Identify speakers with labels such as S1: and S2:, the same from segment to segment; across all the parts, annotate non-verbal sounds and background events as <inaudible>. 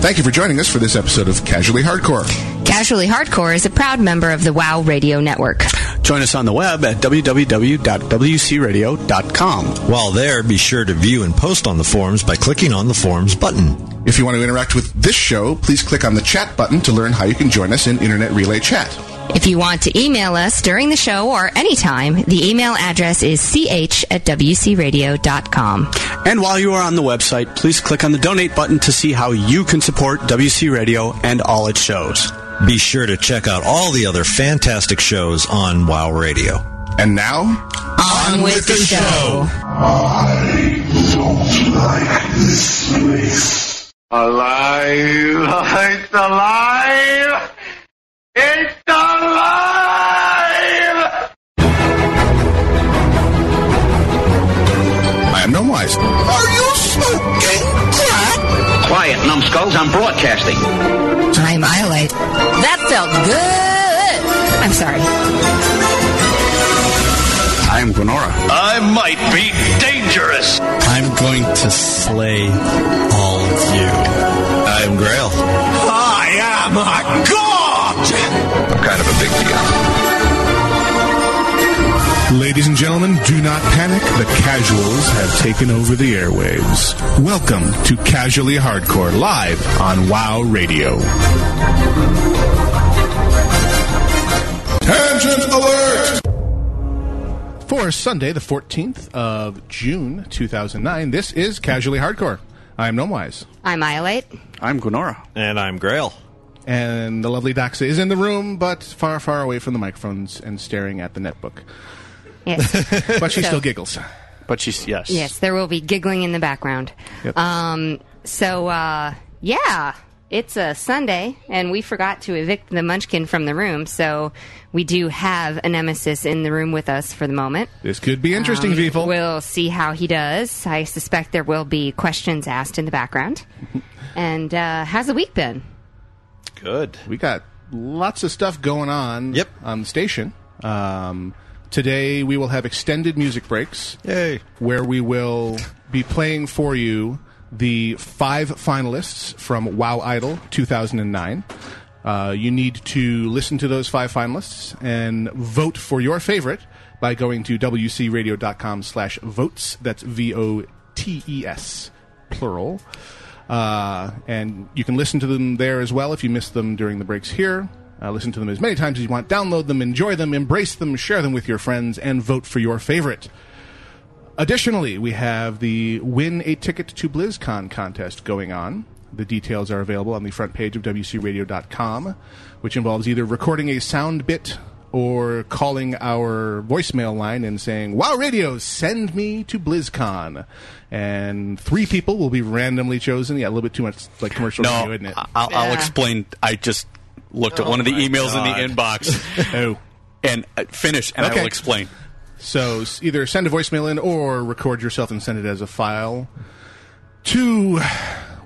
S1: Thank you for joining us for this episode of Casually Hardcore.
S2: Casually Hardcore is a proud member of the WOW Radio Network.
S3: Join us on the web at www.wcradio.com.
S4: While there, be sure to view and post on the forums by clicking on the forums button.
S1: If you want to interact with this show, please click on the chat button to learn how you can join us in Internet Relay Chat.
S2: If you want to email us during the show or anytime, the email address is ch at wcradio.com.
S3: And while you are on the website, please click on the donate button to see how you can support WC Radio and all its shows.
S4: Be sure to check out all the other fantastic shows on WoW Radio.
S1: And now,
S2: on, with, the, show.
S5: I don't like this place.
S6: <laughs>
S5: Alive! It's alive! It's alive!
S1: I am No Wise.
S7: Are you smoking crack?
S8: Quiet, numbskulls, I'm broadcasting.
S2: I'm Iolite. That felt good. I'm sorry.
S3: I am Gwenora.
S9: I might be dangerous.
S10: I'm going to slay all of you.
S4: I am Grail.
S7: I am a god!
S11: I'm kind of a big deal.
S1: Ladies and gentlemen, do not panic. The casuals have taken over the airwaves. Welcome to Casually Hardcore, live on WoW Radio. Tangent alert! For Sunday, the 14th of June, 2009, this is Casually Hardcore. I'm Gnomewise.
S2: I'm Iolite.
S3: I'm Gwenora.
S4: And I'm Grail.
S1: And the lovely Doxa is in the room, but far, far away from the microphones and staring at the netbook. <laughs>
S2: Yes.
S1: But she
S2: So-
S1: still giggles.
S3: But she's, yes.
S2: yes, there will be giggling in the background.
S1: Yep.
S2: Um, so, uh, yeah, it's a Sunday, and we forgot to evict the munchkin from the room, so we do have a nemesis in the room with us for the moment.
S1: This could be interesting,
S2: Um,
S1: people.
S2: We'll see how he does. I suspect there will be questions asked in the
S1: <laughs>
S2: background. and uh, how's the week been?
S4: Good.
S1: we got lots of stuff going on
S4: Yep.
S1: on the station. Um, today we will have extended music breaks
S4: Yay.
S1: where we will be playing for you the five finalists from Wow Idol 2009. Uh, you need to listen to those five finalists and vote for your favorite by going to wcradio.com slash votes. That's V-O-T-E-S, plural. Uh, and you can listen to them there as well if you miss them during the breaks here. Uh, listen to them as many times as you want. Download them, enjoy them, embrace them, share them with your friends, and vote for your favorite. Additionally, we have the Win a Ticket to BlizzCon contest going on. The details are available on the front page of WCRadio.com, which involves either recording a sound bit or calling our voicemail line and saying, Wow Radio, send me to BlizzCon. And three people will be randomly chosen. Yeah, a little bit too much like commercial
S12: No,
S1: radio, isn't it?
S12: I- I'll, I'll
S2: Yeah.
S12: explain. I just looked at one of the emails in the inbox
S1: oh.
S12: and uh, finish, and I
S1: Okay.
S12: will explain.
S1: So s- either send a voicemail in or record yourself and send it as a file to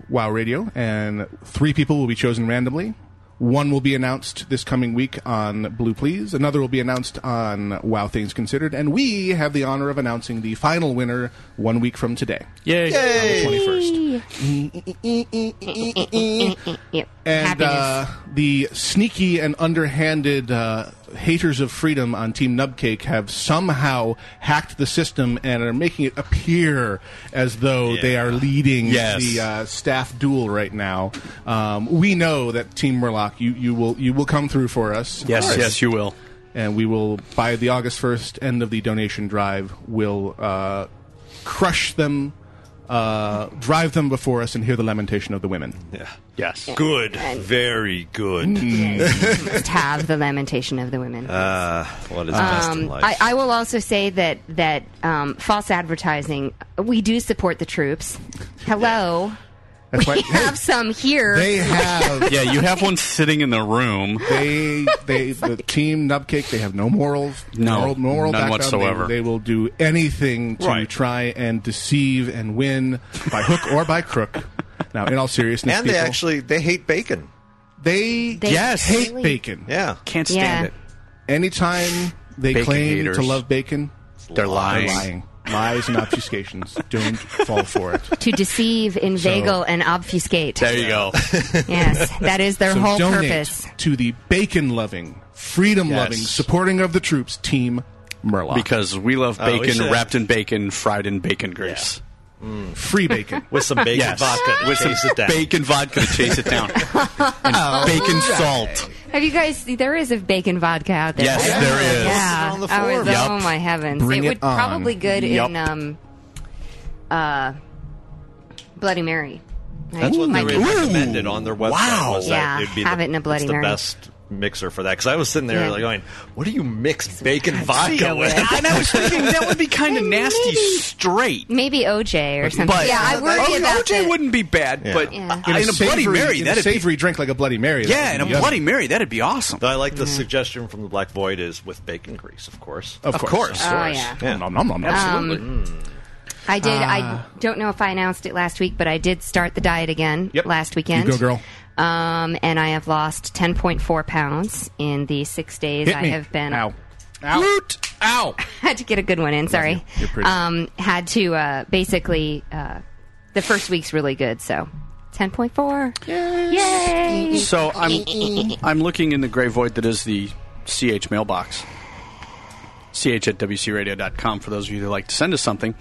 S1: Wow Radio, and three people will be chosen randomly. One will be announced this coming week on Blue Please. Another will be announced on Wow Things Considered, and we have the honor of announcing the final winner one week from today,
S12: Yay!
S1: on the twenty-first.
S2: Yep.
S1: And
S2: Happiness.
S1: uh, the sneaky and underhanded uh, haters of freedom on Team Nubcake have somehow hacked the system and are making it appear as though they are leading
S12: Yes.
S1: the uh, staff duel right now. Um, we know that Team Murloc, you, you will you will come through for us.
S12: Yes, yes, you will.
S1: and we will by the August first end of the donation drive will uh, crush them. Uh, drive them before us and hear the lamentation of the women.
S3: Yes.
S4: Good. Very good.
S11: Mm.
S2: Must have the lamentation of the women.
S4: Uh, what is best in
S2: Um,
S4: life?
S2: I, I will also say that that um, false advertising. We do support the troops. Hello,
S1: That's why,
S2: we have some here.
S1: They have
S12: Yeah, you have one sitting in the room.
S1: they
S12: <laughs>
S1: they the team Nubcake. They have no morals,
S12: No,
S1: moral, moral
S12: none
S1: background. They-
S12: whatsoever.
S1: They, will do anything to
S12: Right.
S1: try and deceive and win by hook or by crook. Now, in all seriousness,
S4: and they
S1: people,
S4: actually they hate bacon.
S1: they,
S2: They Yes.
S1: hate
S2: really-
S1: bacon.
S4: Yeah.
S12: Can't
S2: yeah.
S12: stand
S1: Anytime they
S12: Bacon
S1: claim
S12: haters.
S1: to love bacon,
S12: it. They're
S1: they're
S12: lying.
S1: lying. Lies and obfuscations. Don't fall for it.
S2: to deceive, inveigle, and obfuscate.
S12: There
S4: <laughs>
S12: you go.
S2: yes, that is their
S1: So
S2: whole
S1: donate
S2: purpose.
S1: to the bacon-loving, freedom-loving,
S12: Yes.
S1: supporting of the troops team Murloc.
S12: Because we love
S11: Oh, we
S12: bacon
S11: should.
S12: wrapped in bacon, fried in bacon grease.
S1: free
S12: <laughs>
S1: bacon.
S11: With some bacon
S12: Yes.
S11: vodka. to
S12: With some
S11: chase it down.
S12: bacon vodka to chase it down.
S11: <laughs> Oh.
S12: and bacon salt.
S2: Have you guys? There is a bacon vodka out there.
S12: Yes,
S2: right?
S12: there is.
S2: Yeah,
S11: on the
S2: I was,
S11: floor.
S2: oh
S12: Yup.
S2: my heavens!
S1: Bring
S2: it
S1: it
S2: would
S1: on.
S2: probably good
S12: Yup.
S2: in um, uh, Bloody Mary.
S11: That's what they
S2: Might be-
S11: recommended on their website.
S12: Wow.
S11: was that
S2: Yeah,
S11: it'd be
S2: have
S11: the,
S2: it in a Bloody
S11: it's the
S2: Mary.
S11: best mixer for that. Because I was sitting there
S2: Yeah.
S11: like going, "What do you mix
S2: <laughs>
S11: bacon vodka
S2: Vodka
S11: with?"
S2: with.
S12: And I was thinking that would be kind
S2: <laughs>
S12: of nasty straight.
S2: Maybe OJ or something.
S12: But
S2: yeah, I worry
S1: Oh,
S12: O-
S2: about
S12: OJ
S2: the-
S12: wouldn't be bad, but
S2: Yeah.
S12: uh, in, a Bloody
S1: savory-
S12: Mary,
S1: in a
S12: that'd be
S1: savory drink like a Bloody Mary.
S12: yeah, in a
S1: Yum.
S12: Bloody Mary, that'd be awesome.
S11: Though I like
S1: Mm-hmm.
S11: the suggestion from the Black Void is with bacon grease, of course. Um,
S1: Of
S12: Of
S1: course.
S12: course.
S2: Oh yeah.
S11: Yeah.
S1: Nom, nom, nom, nom.
S12: Absolutely.
S2: I did.
S12: Ah.
S2: I don't know if I announced it last week, but I did start the diet again
S1: Yep.
S2: last weekend.
S1: You go, girl.
S2: Um, and I have lost 10.4 pounds in the six days
S1: Hit
S2: I
S1: me.
S2: have been.
S1: Ow. Ow. Ow.
S2: <laughs> had to get a good one in. Sorry.
S1: You're pretty.
S2: Um, had to uh, basically. Uh, the first week's really good, so 10.4. Yay!
S12: So I'm I'm looking in the gray void that is the CH mailbox. CH at WCRadio.com for those of you that like to send us something.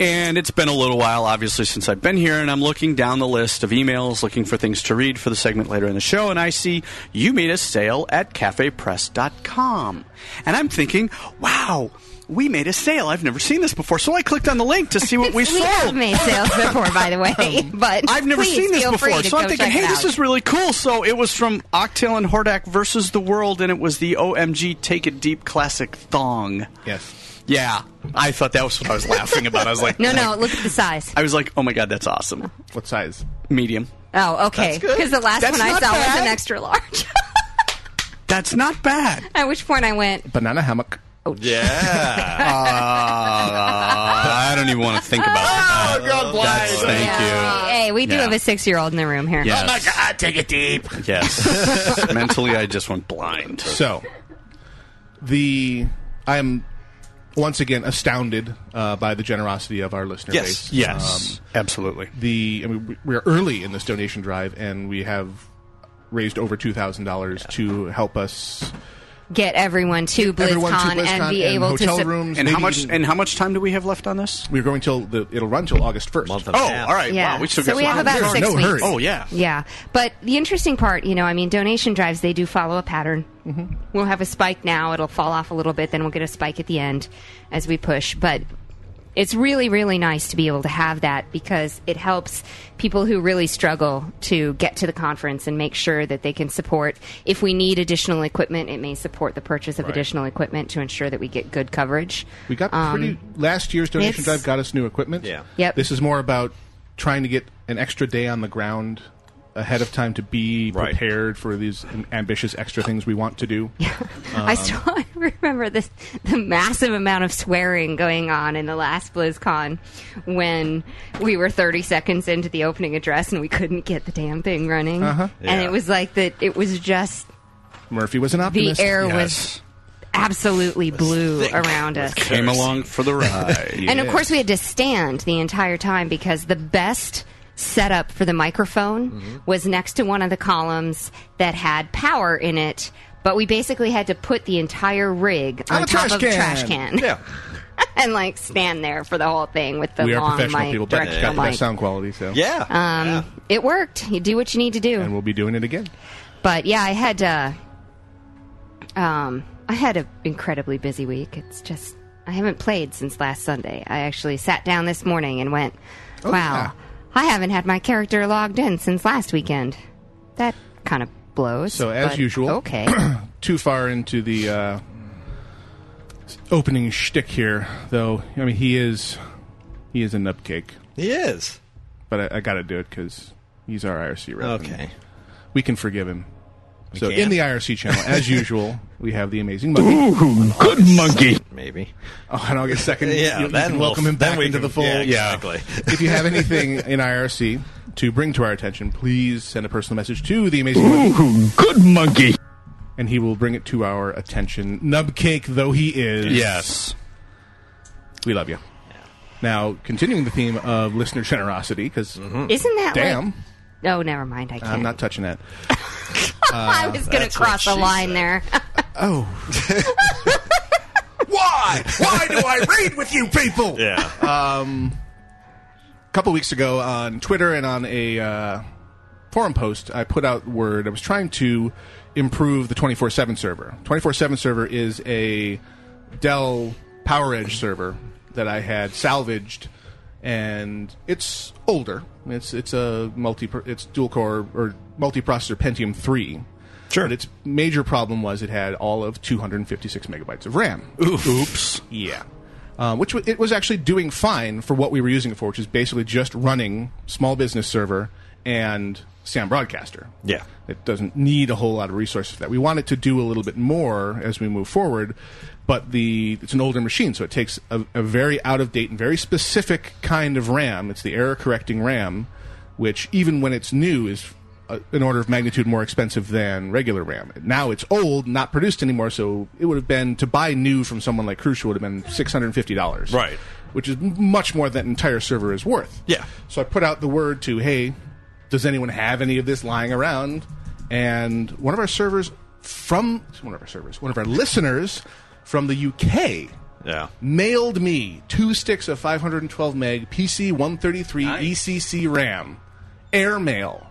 S12: And it's been a little while, obviously, since I've been here, and I'm looking down the list of emails, looking for things to read for the segment later in the show, and I see you made a sale at cafepress.com. And I'm thinking, wow, we made a sale. I've never seen this before. So I clicked on the link to see
S2: <laughs>
S12: what we, sold. Oh.
S2: have made sales before, by the
S12: <laughs>
S2: way, but
S12: I've never
S2: Uh, please
S12: seen this
S2: feel free
S12: before,
S2: to
S12: so I'm
S2: go
S12: thinking,
S2: check it
S12: hey, this
S2: out.
S12: is really cool. So it was from Octail and Hordak versus the World, and it was the OMG Take It Deep classic thong.
S1: Yes.
S12: Yeah, I thought that was what I was laughing about. I was
S2: <laughs>
S12: like,
S2: No, no, look at the size.
S12: I was like, oh my god, that's awesome.
S1: What size?
S12: Medium.
S2: Oh, okay. Because the last
S12: That's
S2: one I
S12: not
S2: saw was
S12: bad.
S2: an extra large. <laughs>
S12: That's not bad.
S2: At which point I went,
S1: Banana hammock.
S2: Oh,
S1: <laughs> Uh,
S11: Yeah.
S12: I don't even want to think about that.
S11: oh, God,
S12: That's- thank
S2: yeah. Hey, we do
S12: Yeah.
S2: have a six year old in the room here.
S12: Yes. Oh
S7: God, take it deep.
S2: <laughs>
S12: Yes. Mentally, I just went blind.
S1: So, the I am once again astounded uh, by the generosity of our listener base. Um,
S12: Yes. Yes. Absolutely.
S1: the I mean, we- we are early in this donation drive, and we have raised over two thousand dollars to help us.
S2: Get everyone to BlizzCon,
S1: everyone to BlizzCon
S2: and be
S1: and
S2: able
S1: hotel
S2: to.
S1: rooms.
S12: And how
S1: maybe
S12: much?
S1: even-
S12: And how much time do we have left on this?
S1: we're going till the it'll run till August first.
S11: Month of
S12: Oh,
S11: math.
S12: all right.
S2: Yeah.
S12: Wow, we still
S2: So
S12: got
S2: we
S12: some-
S2: have about
S1: There's
S2: six
S1: no
S2: weeks.
S1: hurry.
S12: Oh yeah.
S2: Yeah, but the interesting part, you know, I mean, donation drives they do follow a pattern.
S1: Mm-hmm.
S2: We'll have a spike now; it'll fall off a little bit, then we'll get a spike at the end as we push. But it's really, really nice to be able to have that because it helps people who really struggle to get to the conference and make sure that they can support. If we need additional equipment, it may support the purchase of additional equipment to ensure that we get good coverage.
S1: We got
S2: Um,
S1: pretty last year's donation
S2: it's-
S1: drive got us new equipment.
S11: Yeah.
S2: Yep.
S1: This is more about trying to get an extra day on the ground ahead of time to be
S11: Right.
S1: prepared for these ambitious extra things we want to do.
S2: <laughs>
S1: Um,
S2: I still <laughs> remember this the massive amount of swearing going on in the last BlizzCon when we were 30 seconds into the opening address and we couldn't get the damn thing running. And
S11: Yeah.
S2: it was like that it was just
S1: Murphy was an
S2: the
S1: optimist.
S2: air was absolutely blue around us.
S12: Came along for the ride.
S2: And of course, we had to stand the entire time because the best setup for the microphone was next to one of the columns that had power in it. But we basically had to put the entire rig
S1: On
S2: on
S1: a
S2: top
S1: trash
S2: of
S1: can.
S2: a trash can
S11: Yeah.
S2: <laughs> and like stand there for the whole thing with the
S1: we are
S2: long
S1: professional
S2: mic,
S1: people, but it's
S2: directional
S1: got the
S2: mic.
S1: best sound quality. So
S11: Yeah.
S2: Um, It worked. You do what you need to do.
S1: and we'll be doing it again.
S2: But yeah, I had uh, um, I had an incredibly busy week. It's just I haven't played since last Sunday. I actually sat down this morning and went, "Wow,
S1: Oh, yeah.
S2: I haven't had my character logged in since last weekend." That kind of blows.
S1: So, as
S2: but
S1: usual.
S2: okay.
S1: <clears throat> Too far into the uh, opening shtick here, though. I mean, he is he is a nutcake,
S11: he is.
S1: but I, I got to do it because he's our IRC rep. and
S11: Okay.
S1: we can forgive him. so
S11: can.
S1: in the IRC channel, as
S11: <laughs>
S1: usual, we have the amazing monkey.
S11: Maybe.
S1: Oh, on August second,
S11: <laughs> Yeah.
S1: you, you
S11: then
S1: can
S11: we'll-
S1: welcome him
S11: then
S1: back
S11: we
S1: into
S11: can-
S1: the fold.
S11: Yeah. Exactly.
S1: <laughs> if you have anything
S11: <laughs>
S1: in IRC to bring to our attention, please send a personal message to the amazing monkey. good monkey. And he will bring it to our attention. Nubcake though he is.
S12: Yes.
S1: We love you. Now, continuing the theme of listener generosity, because
S11: Mm-hmm.
S2: Isn't that
S1: damn?
S2: Like, oh, never mind. I can't.
S1: I'm not touching that.
S2: <laughs> I was going to
S1: that's what
S2: cross a
S1: she
S2: line there.
S1: Why? Why do I read with you people?
S11: <laughs> Yeah.
S1: Um, a couple weeks ago on Twitter and on a uh, forum post, I put out word I was trying to improve the 24 7 server. 24 7 server is a Dell PowerEdge server that I had salvaged. And it's older. It's it's a multi it's dual core or multi processor Pentium three. Sure. But its major problem was it had all of 256 megabytes of RAM.
S12: Oops.
S1: Yeah. Um, which w- it was actually doing fine for what we were using it for, which is basically just running small business server and SAM broadcaster.
S11: Yeah.
S1: It doesn't need a whole lot of resources for that. We want it to do a little bit more as we move forward, but the it's an older machine, so it takes a, a very out of date and very specific kind of RAM. It's the error correcting RAM, which even when it's new is a, an order of magnitude more expensive than regular RAM. Now it's old, not produced anymore, so it would have been to buy new from someone like Crucial would have been six hundred and fifty dollars,
S11: Right.
S1: Which is m- much more than that entire server is worth.
S11: Yeah.
S1: So I put out the word to, hey, does anyone have any of this lying around? And one of our servers from one of our servers, one of our listeners from the UK
S11: Yeah.
S1: mailed me two sticks of 512 meg PC 133 ECC E RAM airmail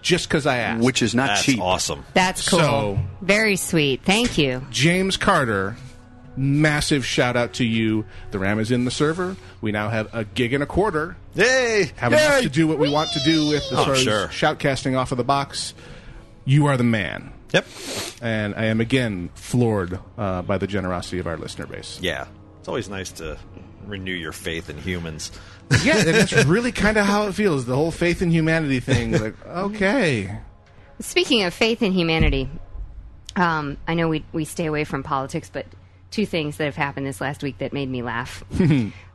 S1: just because I asked.
S12: Which is not
S11: That's
S12: cheap.
S11: awesome.
S2: That's cool.
S1: So-
S2: Very sweet. Thank you.
S1: James Carter, massive shout out to you. The RAM is in the server. We now have a gig and a quarter.
S11: Yay!
S1: Have
S11: Yay!
S1: enough to do what we want to do with as
S11: Oh,
S1: far as
S11: sure.
S1: shoutcasting off of the box. You are the man.
S11: Yep.
S1: And I am again floored uh, by the generosity of our listener
S11: <laughs>
S1: base.
S11: Yeah. It's always nice to renew your faith in humans.
S1: Yeah, and that's really kind of how it feels. The whole faith in humanity thing. Like, okay.
S2: Speaking of faith in humanity, um, I know we we stay away from politics, but two things that have happened this last week that made me laugh,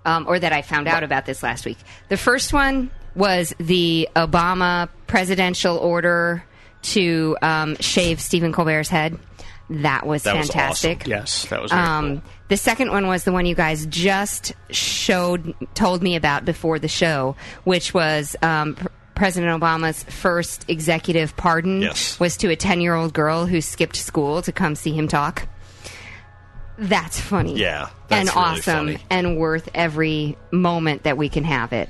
S2: um, or that I found out about this last week. The first one was the Obama presidential order to um, shave Stephen Colbert's head. That was
S11: That was
S2: fantastic.
S11: awesome.
S12: Yes, that was very
S2: Um, The second one was the one you guys just showed, told me about before the show, which was um, Pr- President Obama's first executive pardon
S11: Yes.
S2: was to a ten-year-old girl who skipped school to come see him talk. That's funny,
S11: Yeah, that's
S2: and
S11: really
S2: awesome,
S11: funny.
S2: and worth every moment that we can have it.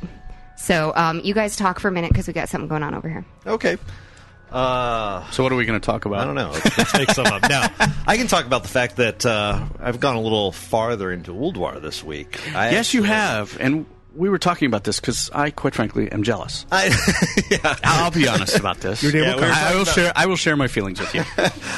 S2: So, um, you guys talk for a minute because we got something going on over here.
S11: Okay. Uh,
S12: cool. So what are we going to talk about?
S11: I don't know. Let's, let's make some up.
S12: <laughs>
S11: Now, I can talk about the fact that uh, I've gone a little farther into Uldwar this week. I
S12: Yes, you
S11: actually-
S12: have, and we were talking about this because I, quite frankly, am jealous.
S11: I, yeah.
S12: I'll be honest about this.
S11: Yeah, we were
S12: I, I
S11: talking
S12: will
S11: about-
S12: share. I will share my feelings with you.
S11: <laughs>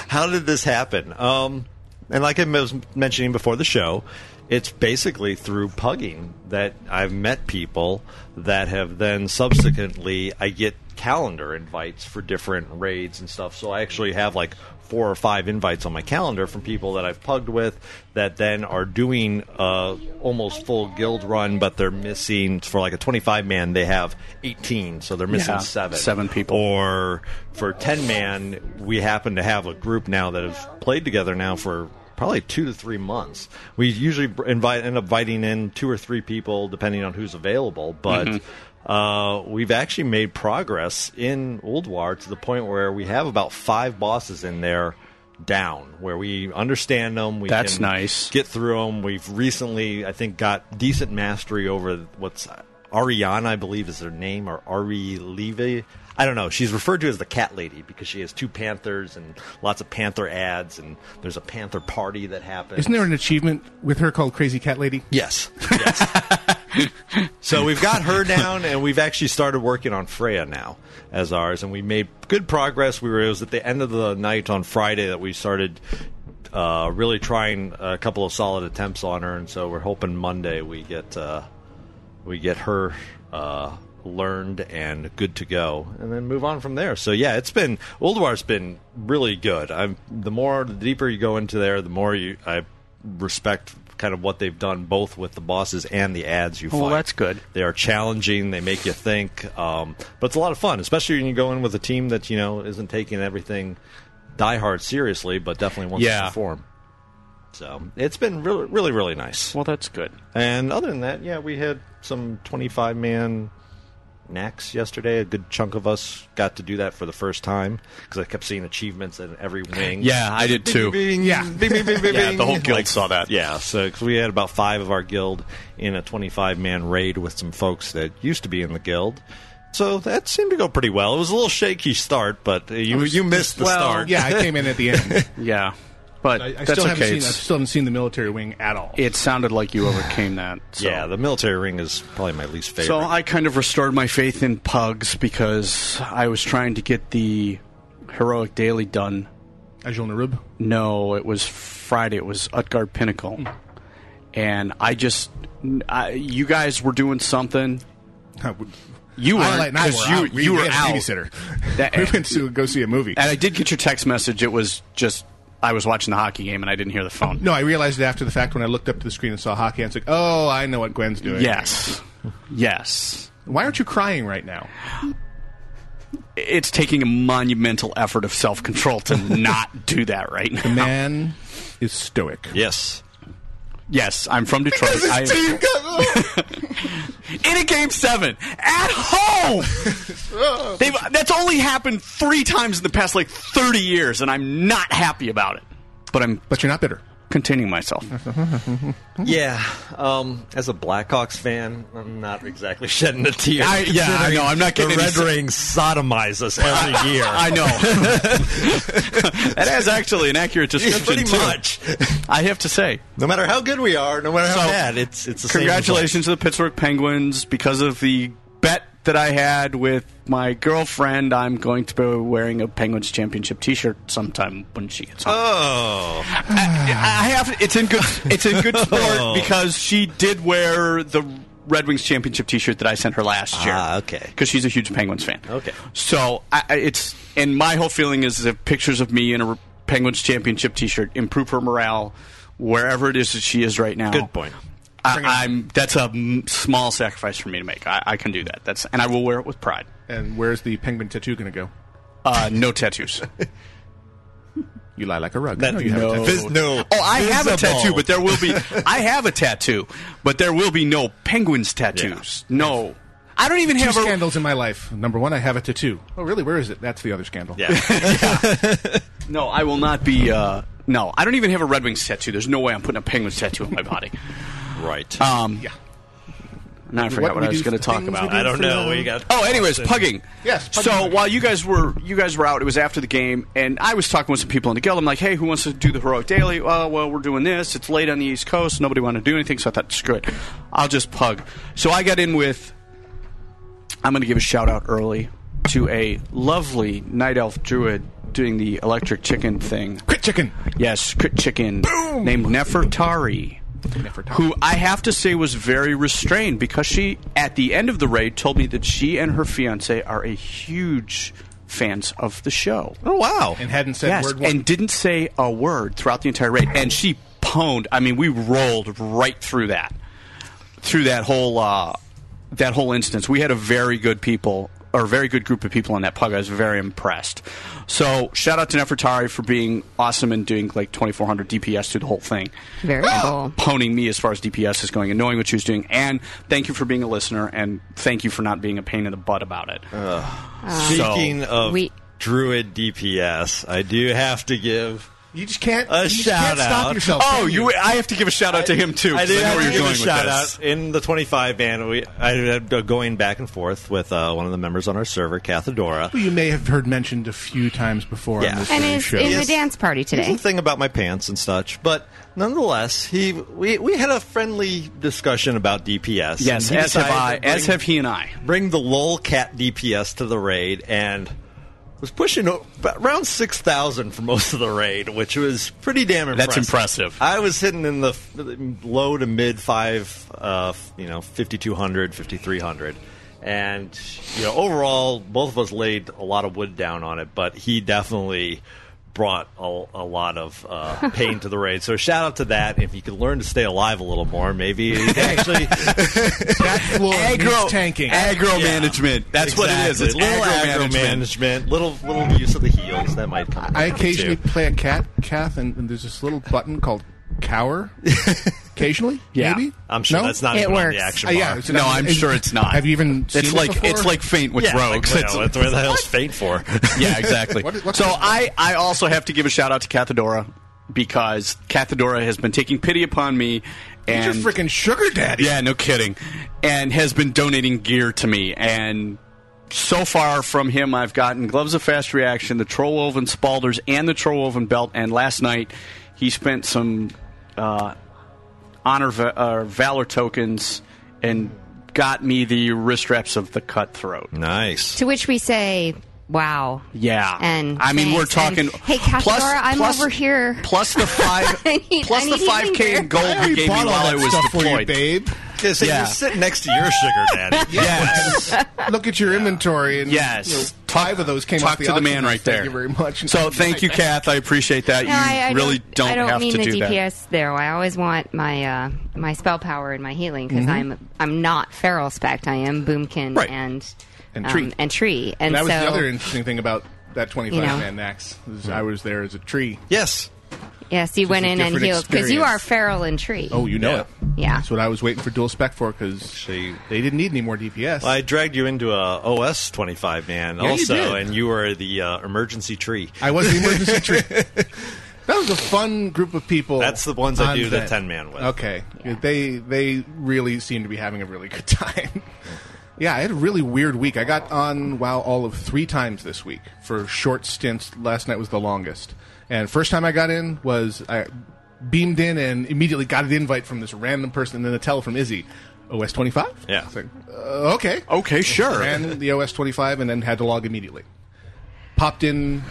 S11: How did this happen? Um, and like I was mentioning before the show, it's basically through pugging that I've met people that have then subsequently I get calendar invites for different raids and stuff. So I actually have like four or five invites on my calendar from people that I've pugged with that then are doing uh, almost full guild run, but they're missing for like a twenty five man they have eighteen, so they're missing
S12: Yeah,
S11: seven
S12: seven people.
S11: or for 10 man we happen to have a group now that have played together now for probably two to three months we usually br- invite end up inviting in two or three people depending on who's available but
S12: Mm-hmm.
S11: uh, we've actually made progress in Uldwar to the point where we have about five bosses in there down where we understand them we
S12: That's
S11: can
S12: nice.
S11: get through them we've recently i think got decent mastery over what's ariana i believe is her name or ari levy i don't know she's referred to as the cat lady because she has two panthers and lots of panther ads and there's a panther party that happens
S1: Isn't there an achievement with her called Crazy Cat Lady?
S11: Yes. Yes. so we've got her down, and we've actually started working on Freya now as ours, and we made good progress. We were it was at the end of the night on Friday that we started uh, really trying a couple of solid attempts on her, and so we're hoping Monday we get uh, we get her uh, learned and good to go, and then move on from there. So yeah, it's been Ulduar's been really good. I'm the more the deeper you go into there, the more you I respect kind of what they've done both with the bosses and the ads you
S12: Well,
S11: find.
S12: that's good.
S11: They are challenging. They make you think, um, but it's a lot of fun, especially when you go in with a team that you know isn't taking everything die hard seriously, but definitely wants
S12: Yeah.
S11: to perform. So it's been really, really, really nice.
S12: Well, that's good.
S11: And other than that, yeah, we had some 25 man NACs yesterday. A good chunk of us got to do that for the first time because I kept seeing achievements in every wing.
S12: Yeah, I did too.
S11: Bing, bing,
S12: Yeah.
S11: bing, bing, bing,
S12: <laughs>
S11: bing,
S12: Yeah,
S11: bing.
S12: the whole guild
S11: Like,
S12: saw that.
S11: Yeah, so 'cause we had about five of our guild in a 25 man raid with some folks that used to be in the guild. So that seemed to go pretty well. It was a little shaky start, but uh, you you missed the
S1: Well,
S11: start.
S1: Yeah, I came in at the
S11: <laughs>
S1: end.
S12: <laughs> Yeah, but
S1: I, I
S12: that's
S1: still haven't
S12: okay.
S1: seen. I
S12: It's-
S1: still haven't seen the military wing at all.
S12: It sounded like you overcame that. So.
S11: Yeah, the military ring is probably my least favorite.
S12: So I kind of restored my faith in pugs because I was trying to get the heroic daily done.
S1: Ajul Narub.
S12: No, it was Friday. It was Utgard Pinnacle,
S1: Hmm.
S12: and I just I, you guys were doing something. You
S1: I,
S12: were
S1: like, and I
S12: because
S1: were
S12: you
S1: out. We-
S12: you
S1: we
S12: were
S1: had a
S12: out.
S1: babysitter. <laughs>
S12: That-
S1: we went to go see a movie.
S12: And I did get your text message. It was just I was watching the hockey game and I didn't hear the phone.
S1: No, I realized it after the fact when I looked up to the screen and saw hockey. I was like, "Oh, I know what Gwen's doing."
S12: Yes. Yes.
S1: Why aren't you crying right now?
S12: It's taking a monumental effort of self control
S1: <laughs>
S12: to not do that right now.
S1: Man is stoic.
S11: yes.
S12: Yes, I'm from Detroit. I, <laughs> in a game seven at
S1: <laughs>
S12: home. They've, that's only happened three times in the past like 30 years, and I'm not happy about it. But I'm
S1: But you're not bitter. <laughs>
S12: containing myself.
S11: Yeah, um, as a Blackhawks fan, I'm not exactly <laughs> shedding a tear.
S12: I- yeah, I know, I'm not
S11: considering
S12: getting
S11: the Red
S12: any-
S11: Ring sodomize
S12: <laughs>
S11: us every year.
S12: I
S11: <laughs>
S12: know. that is actually an accurate
S11: Yeah,
S12: description.
S11: pretty
S12: too.
S11: much.
S12: I have to say.
S11: No matter how good we are, no matter how
S12: So,
S11: bad, it's it's the same as
S12: Congratulations to the Pittsburgh Penguins because of the bet that I had with my girlfriend. I'm going to be wearing a Penguins championship T-shirt sometime when she gets home.
S11: like- Oh,
S12: I, I have. It's in good. It's in <laughs> good
S11: Oh.
S12: sport because she did wear the Red Wings championship T-shirt that I sent her last year.
S11: Ah, okay.
S12: Because she's a huge Penguins fan.
S11: Okay.
S12: So I, I- it's and my whole feeling is that pictures of me in a Penguins championship T-shirt improve her morale wherever it is that she is right now.
S11: Good point.
S12: I, I'm. That's a m- small sacrifice for me to make. I, I can do that. That's and I will wear it with pride.
S1: And where's the penguin tattoo going to go?
S12: Uh,
S1: <laughs>
S12: no tattoos.
S1: You lie like a rug.
S11: That-
S1: no, you have a
S11: no.
S1: tattoo.
S11: Vis- no.
S12: Oh, I have a
S11: Visible.
S12: tattoo, but there will be. I have a tattoo, but there will be no penguins tattoos. No, I don't even
S1: Two
S12: have a.
S1: scandals in my life. Number one, I have a tattoo. Oh, really? Where is it? That's the other scandal.
S11: yeah.
S12: No, I will not be. Uh, no, I don't even have a Red Wings tattoo. There's no way I'm putting a penguins tattoo on my body.
S11: right.
S12: Um,
S1: Yeah.
S12: now I forgot
S1: What
S12: what,
S1: we
S12: I was
S1: do
S12: going to
S1: for
S12: talk
S1: things
S12: about.
S1: we do
S11: I don't know. We got
S12: Oh, anyways, pugging.
S1: Yes, pugging.
S12: So while you guys were you guys were out, it was after the game, and I was talking with some people in the guild. I'm like, hey, who wants to do the heroic daily? Oh, well, we're doing this. It's late on the East Coast. Nobody wanted to do anything, so I thought, screw it, I'll just pug. So I got in with. I'm going to give a shout out early to a lovely night elf druid doing the electric chicken thing.
S1: Quit chicken.
S12: Yes, crit chicken named Nefertari, who I have to say was very restrained because she, at the end of the raid, told me that she and her fiance are a huge fans of the show.
S11: oh wow.
S1: And hadn't said
S12: yes,
S1: word one.
S12: and didn't say a word throughout the entire raid, and she pwned. I mean, we rolled right through that, through that whole uh, that whole instance. We had a very good people or a very good group of people on that pug. I was very impressed. So shout out to Nefertari for being awesome and doing like 2400 DPS through the whole thing
S2: Very
S12: <gasps>
S2: cool.
S12: poning me as far as DPS is going and knowing what she was doing. And thank you for being a listener, and thank you for not being a pain in the butt about it.
S11: Uh, Speaking of
S2: We-
S11: druid DPS, I do have to give.
S1: you just can't.
S11: A
S1: you just
S11: shout
S1: can't stop
S11: out.
S1: yourself.
S12: oh,
S1: can
S12: you! I have to give a shout out to him too. 'cause
S11: I did
S12: know
S11: have
S12: where
S11: to
S12: you're
S11: give
S12: going
S11: a
S12: with
S11: shout
S12: this.
S11: out in the 25 band. We I ended up going back and forth with uh, one of the members on our server, Cathedora.
S1: <laughs> Who you may have heard mentioned a few times before
S11: Yeah.
S1: on this
S2: And
S1: very
S2: is
S1: show.
S2: in the
S11: Yes.
S2: dance party
S11: Here's
S2: today.
S11: the thing about my pants and such, but nonetheless, he we, we had a friendly discussion about DPS.
S12: Yes,
S11: and he
S12: as have
S11: decided
S12: I,
S11: to
S12: as
S11: bring-
S12: have he and I.
S11: Bring the lolcat DPS to the raid and was pushing o- around six thousand for most of the raid, which was pretty damn impressive.
S12: That's impressive.
S11: I was hitting in the f- low to mid five, uh, f- you know, 5200, 5300. And, you know, overall, both of us laid a lot of wood down on it, but he definitely brought a, a lot of
S12: <laughs>
S11: uh, pain to the raid. So shout out to that. If you could learn to stay alive a little
S12: <laughs>
S11: more, maybe he'd actually.
S1: that floor needs tanking.
S12: aggro
S11: Yeah.
S12: management. That's what it is.
S11: Exactly.
S12: It's
S11: little
S12: aggro management.
S11: management, little little use of the heels that might come. in
S1: I
S11: handy,
S1: occasionally
S11: too.
S1: play a cat, Kath, and, and there's this little button called
S12: <laughs>
S1: cower occasionally. maybe
S11: I'm sure
S1: No?
S11: that's not even on the action
S1: Uh,
S11: bar.
S1: yeah, it's
S12: No,
S1: not-
S12: I'm sure it's not.
S1: Have you even? Seen
S12: It's
S1: this
S12: like
S1: before?
S12: it's like faint with
S11: Yeah,
S12: rogues.
S11: like,
S12: It's-
S11: what, what the hell's faint for? <laughs>
S12: yeah, exactly.
S1: What- what-
S12: so I, I also have to give a shout out to Cathedora because Cathedora has been taking pity upon
S1: He's
S12: me and
S1: your freaking sugar daddy.
S12: yeah, no kidding, and has been donating gear to me and. So far from him, I've gotten gloves of fast reaction, the troll woven spalders, and the troll woven belt. And last night, he spent some uh, honor va- uh, valor tokens and got me the wrist wraps of the cutthroat.
S11: nice.
S2: To which we say, "Wow."
S12: Yeah,
S2: And
S12: I mean we're
S2: thanks, and,
S12: talking.
S2: hey, Casadora,
S12: plus-
S2: I'm
S12: plus-
S2: over here. <laughs>
S12: Plus the five,
S2: I need-
S12: plus
S2: I
S12: the
S2: need
S12: five
S2: healing
S12: k in
S2: here.
S12: gold
S1: I
S12: you
S1: already
S12: gave me
S1: bought
S12: while
S1: all
S12: I
S1: that
S12: was
S1: stuff for you,
S12: deployed.
S1: babe.
S11: Yeah, so
S12: Yeah.
S11: You're sitting next to your
S12: <laughs>
S11: sugar daddy.
S12: yes.
S1: <laughs> Look at your inventory. And,
S12: Yes.
S1: you know, five of those came
S12: Talk
S1: off the
S12: to the
S1: auction
S12: man
S1: list.
S12: right
S1: Thank
S12: there.
S1: you very much.
S12: So thank you, Kath. I appreciate that.
S2: No,
S12: you
S2: I, I
S12: really
S2: don't,
S12: don't,
S2: I don't
S12: have
S2: mean
S12: to
S2: the
S12: do that.
S2: DPS though. I always want my uh, my spell power and my healing because I'm I'm not feral spect. I am boomkin
S12: Mm-hmm. Right.
S2: and um,
S1: And tree.
S2: and tree. And,
S1: And that was
S2: so
S1: the other interesting thing about that 25
S2: You know.
S1: man Nax. is I was there as a tree.
S11: Yes.
S2: yes, you went
S1: a
S2: in and
S1: different
S2: healed because you
S1: experience.
S2: are feral and tree.
S1: Oh, you know
S11: Yeah.
S1: it.
S2: Yeah.
S1: That's what I was waiting for dual spec for because they, didn't need any more DPS.
S11: I dragged you into a OS 25 man
S1: you
S11: also,
S1: did.
S11: and you were the uh, emergency tree.
S1: I was the emergency tree.
S11: <laughs>
S1: That was a fun group of people.
S11: That's the ones I
S1: on
S11: do the
S1: Vent.
S11: 10-man with.
S1: Okay, they they really seem to be having a really good time. yeah, I had a really weird week. I got on WoW all of three times this week for short stints. Last night was the longest. And first time I got in was I beamed in and immediately got an invite from this random person, and then a tell from Izzy. OS twenty five.
S11: Yeah.
S1: Uh, okay.
S12: Okay, sure.
S1: Ran the OS twenty five, and then had to log immediately. Popped in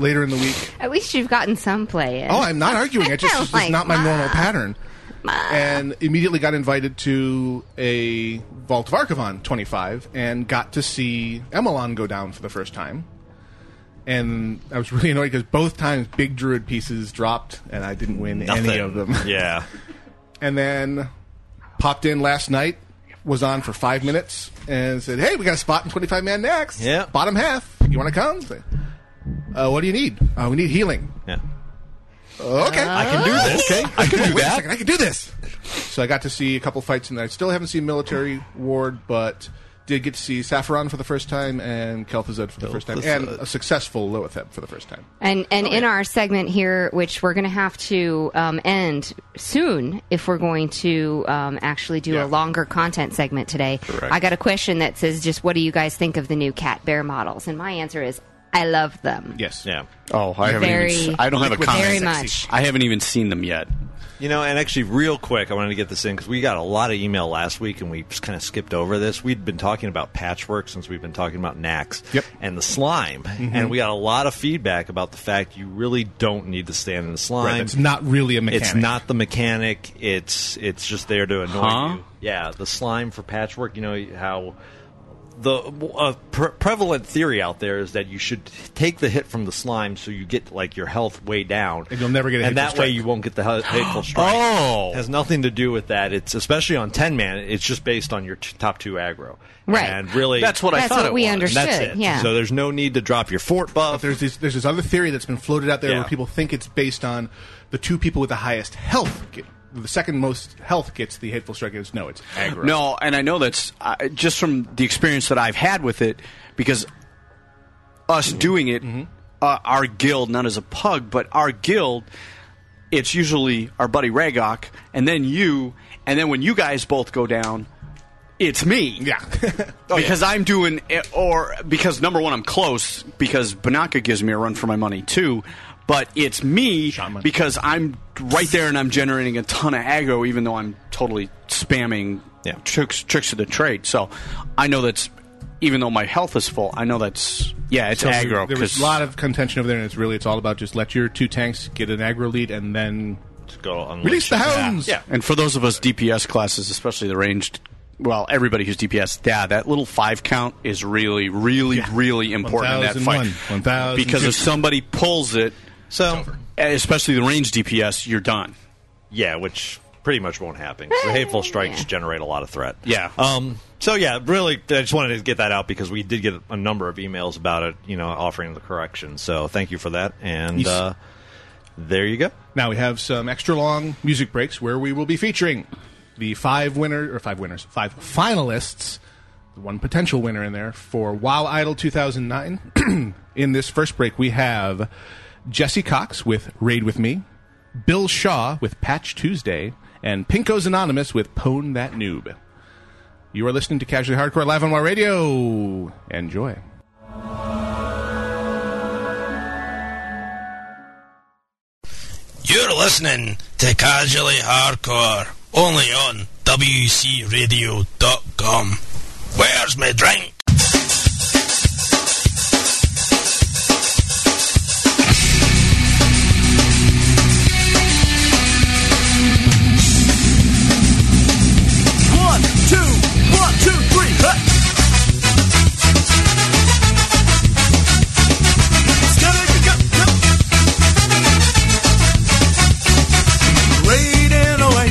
S1: later in the week.
S2: At least you've gotten some play in.
S1: Oh, I'm not
S2: <laughs>
S1: arguing. It just
S2: I'm
S1: it's just
S2: like,
S1: not my
S2: "Ma,
S1: normal pattern. And immediately got invited to a Vault of Archivon 25 and got to see Emelon go down for the first time. And I was really annoyed because both times big druid pieces dropped and I didn't win any
S11: Nothing.
S1: of them.
S11: Yeah.
S1: And then popped in last night, was on for five minutes, and said, "Hey, we got a spot in 25 man next.
S11: Yeah.
S1: bottom half. You want to come? Say, uh, what do you need? Uh, we need healing. Uh,
S11: Yeah.
S1: Okay,
S11: I can do this. Okay. I can do
S1: Wait a
S11: that.
S1: second, I can do this. So I got to see a couple fights in there. I still haven't seen Military Ward, but did get to see Saffron for the first time and Kel'Thuzad for the first time, and
S11: Kel'Thuzad.
S1: a successful Loatheb for the first time.
S2: And and in our segment here, which we're going to have to um, end soon if we're going to um, actually do
S1: Yeah.
S2: a longer content segment today, I got a question that says, "Just what do you guys think of the new cat bear models?" And my answer is, I love them.
S1: Yes.
S11: Yeah.
S12: Oh, I haven't.
S2: Very-
S12: even, s- I don't have a
S1: Liquid
S12: comment.
S2: Very
S1: sexy.
S2: much.
S12: I haven't even seen them yet.
S11: You know, and actually, real quick, I wanted to get this in because we got a lot of email last week, and we just kind of skipped over this. We'd been talking about patchwork since we've been talking about Nax
S1: Yep. Mm-hmm.
S11: and the slime, and we got a lot of feedback about the fact you really don't need to stand in the slime.
S1: Right, it's not really a mechanic.
S11: It's not the mechanic. It's it's just there to annoy
S12: Huh?
S11: you. Yeah, the slime for patchwork. You know how the uh, pre- prevalent theory out there is that you should take the hit from the slime so you get like your health way down,
S1: And you'll never get a
S11: and
S1: hateful
S11: that way
S1: strike.
S11: you won't get the
S1: <gasps>
S11: hu- hateful strike.
S12: Oh.
S11: has nothing to do with that. It's especially on ten man. It's just based on your t- top two aggro.
S2: Right.
S11: and really
S12: That's what I
S2: That's
S12: thought
S2: what
S12: it
S2: we
S12: was.
S11: and
S2: understood.
S11: that's it.
S2: Yeah.
S11: So there's no need to drop your fort buff.
S1: There's this, there's this other theory that's been floated out there
S11: Yeah.
S1: where people think it's based on the two people with the highest health. Get, the second most health gets the hateful strike. It's no, it's aggro.
S12: No, and I know that's uh, just from the experience that I've had with it because us doing it, uh, our guild, not as a pug, but our guild, it's usually our buddy Ragok, and then you, and then when you guys both go down, it's me.
S1: Yeah. <laughs>
S12: because I'm doing, or because number one, I'm close because Banaka gives me a run for my money too. But it's me
S1: Shaman.
S12: because I'm right there and I'm generating a ton of aggro, even though I'm totally spamming
S11: Yeah.
S12: tricks tricks of the trade. So I know that's even though my health is full, I know that's yeah, it's
S1: So there-
S12: aggro.
S1: There was
S12: 'cause-
S1: a lot of contention over there, and it's really it's all about just let your two tanks get an aggro lead, and then
S11: To go unleash
S1: release the
S11: it.
S1: hounds.
S11: Yeah.
S12: And for those of us DPS classes, especially the ranged, well, everybody who's DPS, yeah, that little five count is really, really, really important in that fight.
S1: 1001, 1002.
S12: because if somebody pulls it,
S11: So.
S12: especially the
S1: <laughs>
S12: ranged DPS, you're done.
S11: Yeah, which pretty much won't happen. 'cause The hateful strikes
S2: Yeah.
S11: generate a lot of threat.
S12: Yeah.
S11: Um. So yeah, really, I just wanted to get that out because we did get a number of emails about it. You know, offering the correction. So thank you for that. And
S12: You s-
S11: uh, There you go.
S1: Now we have some extra long music breaks where we will be featuring the five winner or five winners, five finalists, one potential winner in there for Wow Idol 2009. <clears throat> in this first break, we have Jesse Cox with Raid with Me, Bill Shaw with Patch Tuesday, and Pinko's Anonymous with Pwn That Noob. You are listening to Casually Hardcore live on Wow Radio. Enjoy.
S13: You're listening to Casually Hardcore, only on WCRadio.com. Where's my drink?
S7: One, two, one, two, three. Hey. Raiding away.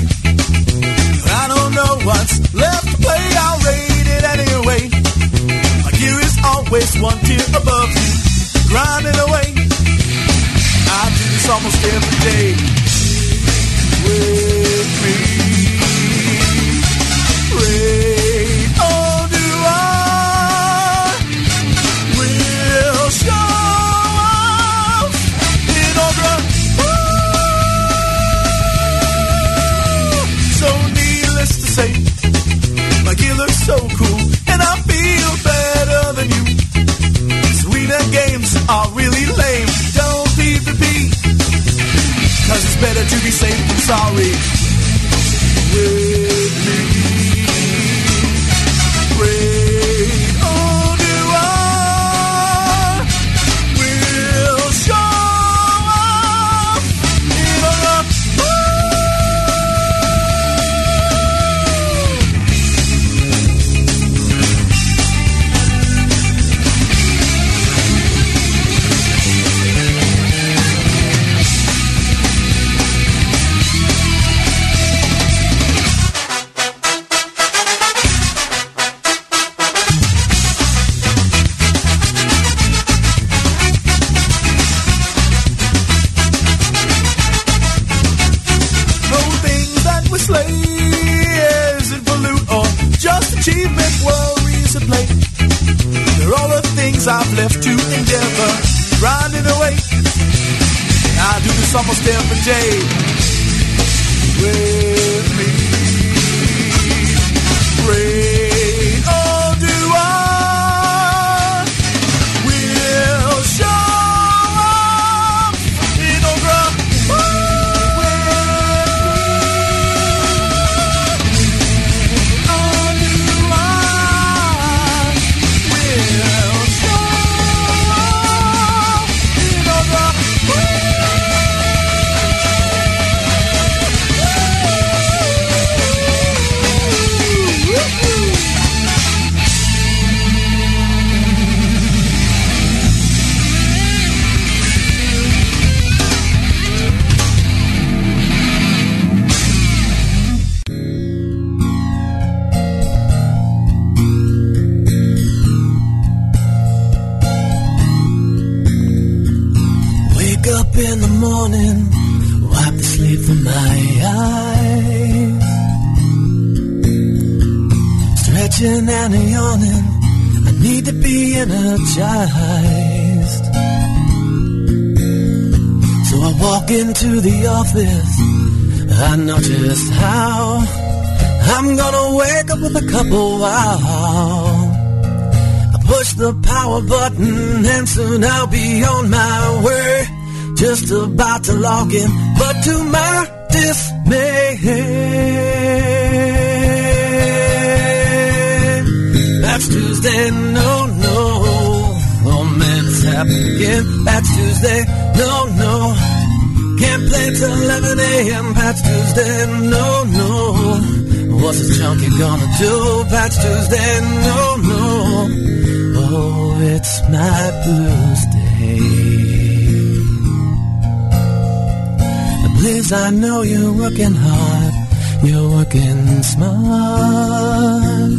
S7: I don't know what's left to play. I'll raid it anyway. My gear is always one tier above me. Grinding away. I do this almost every day. With me. So cool, and I feel better than you. Sweeter games are really lame. Don't PvP, cause it's better to be safe than sorry. No things that we slay isn't pollute or just achievement worries at play. They're all the things I've left to endeavor, grinding away. I do this almost every day. With me, pray, oh, do I will show up in a grand
S14: Wake up in the morning, wipe the sleep from my eyes. Stretching and yawning, I need to be energized. So I walk into the office, I know just how. I'm gonna wake up with a couple wow. I push the power button and soon I'll be on my way. Just about to log in, but to my dismay, that's Tuesday. No, no, oh man, it's happening again. That's Tuesday. No, no, can't play till 11 a.m. That's Tuesday. No, no, what's this junkie gonna do? That's Tuesday. No, no. Oh, it's my blues day. Please, I know you're working hard, you're working smart.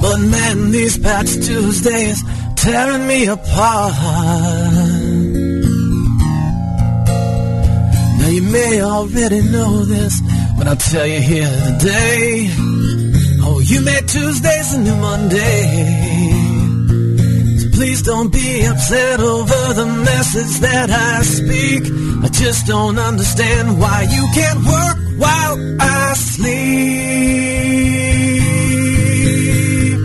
S14: But man, these past Tuesdays tearing me apart. you may already know this, but I'll tell you here today. Oh, you made Tuesdays a new Monday. So please don't be upset over the message that I speak. I just don't understand why you can't work while I sleep.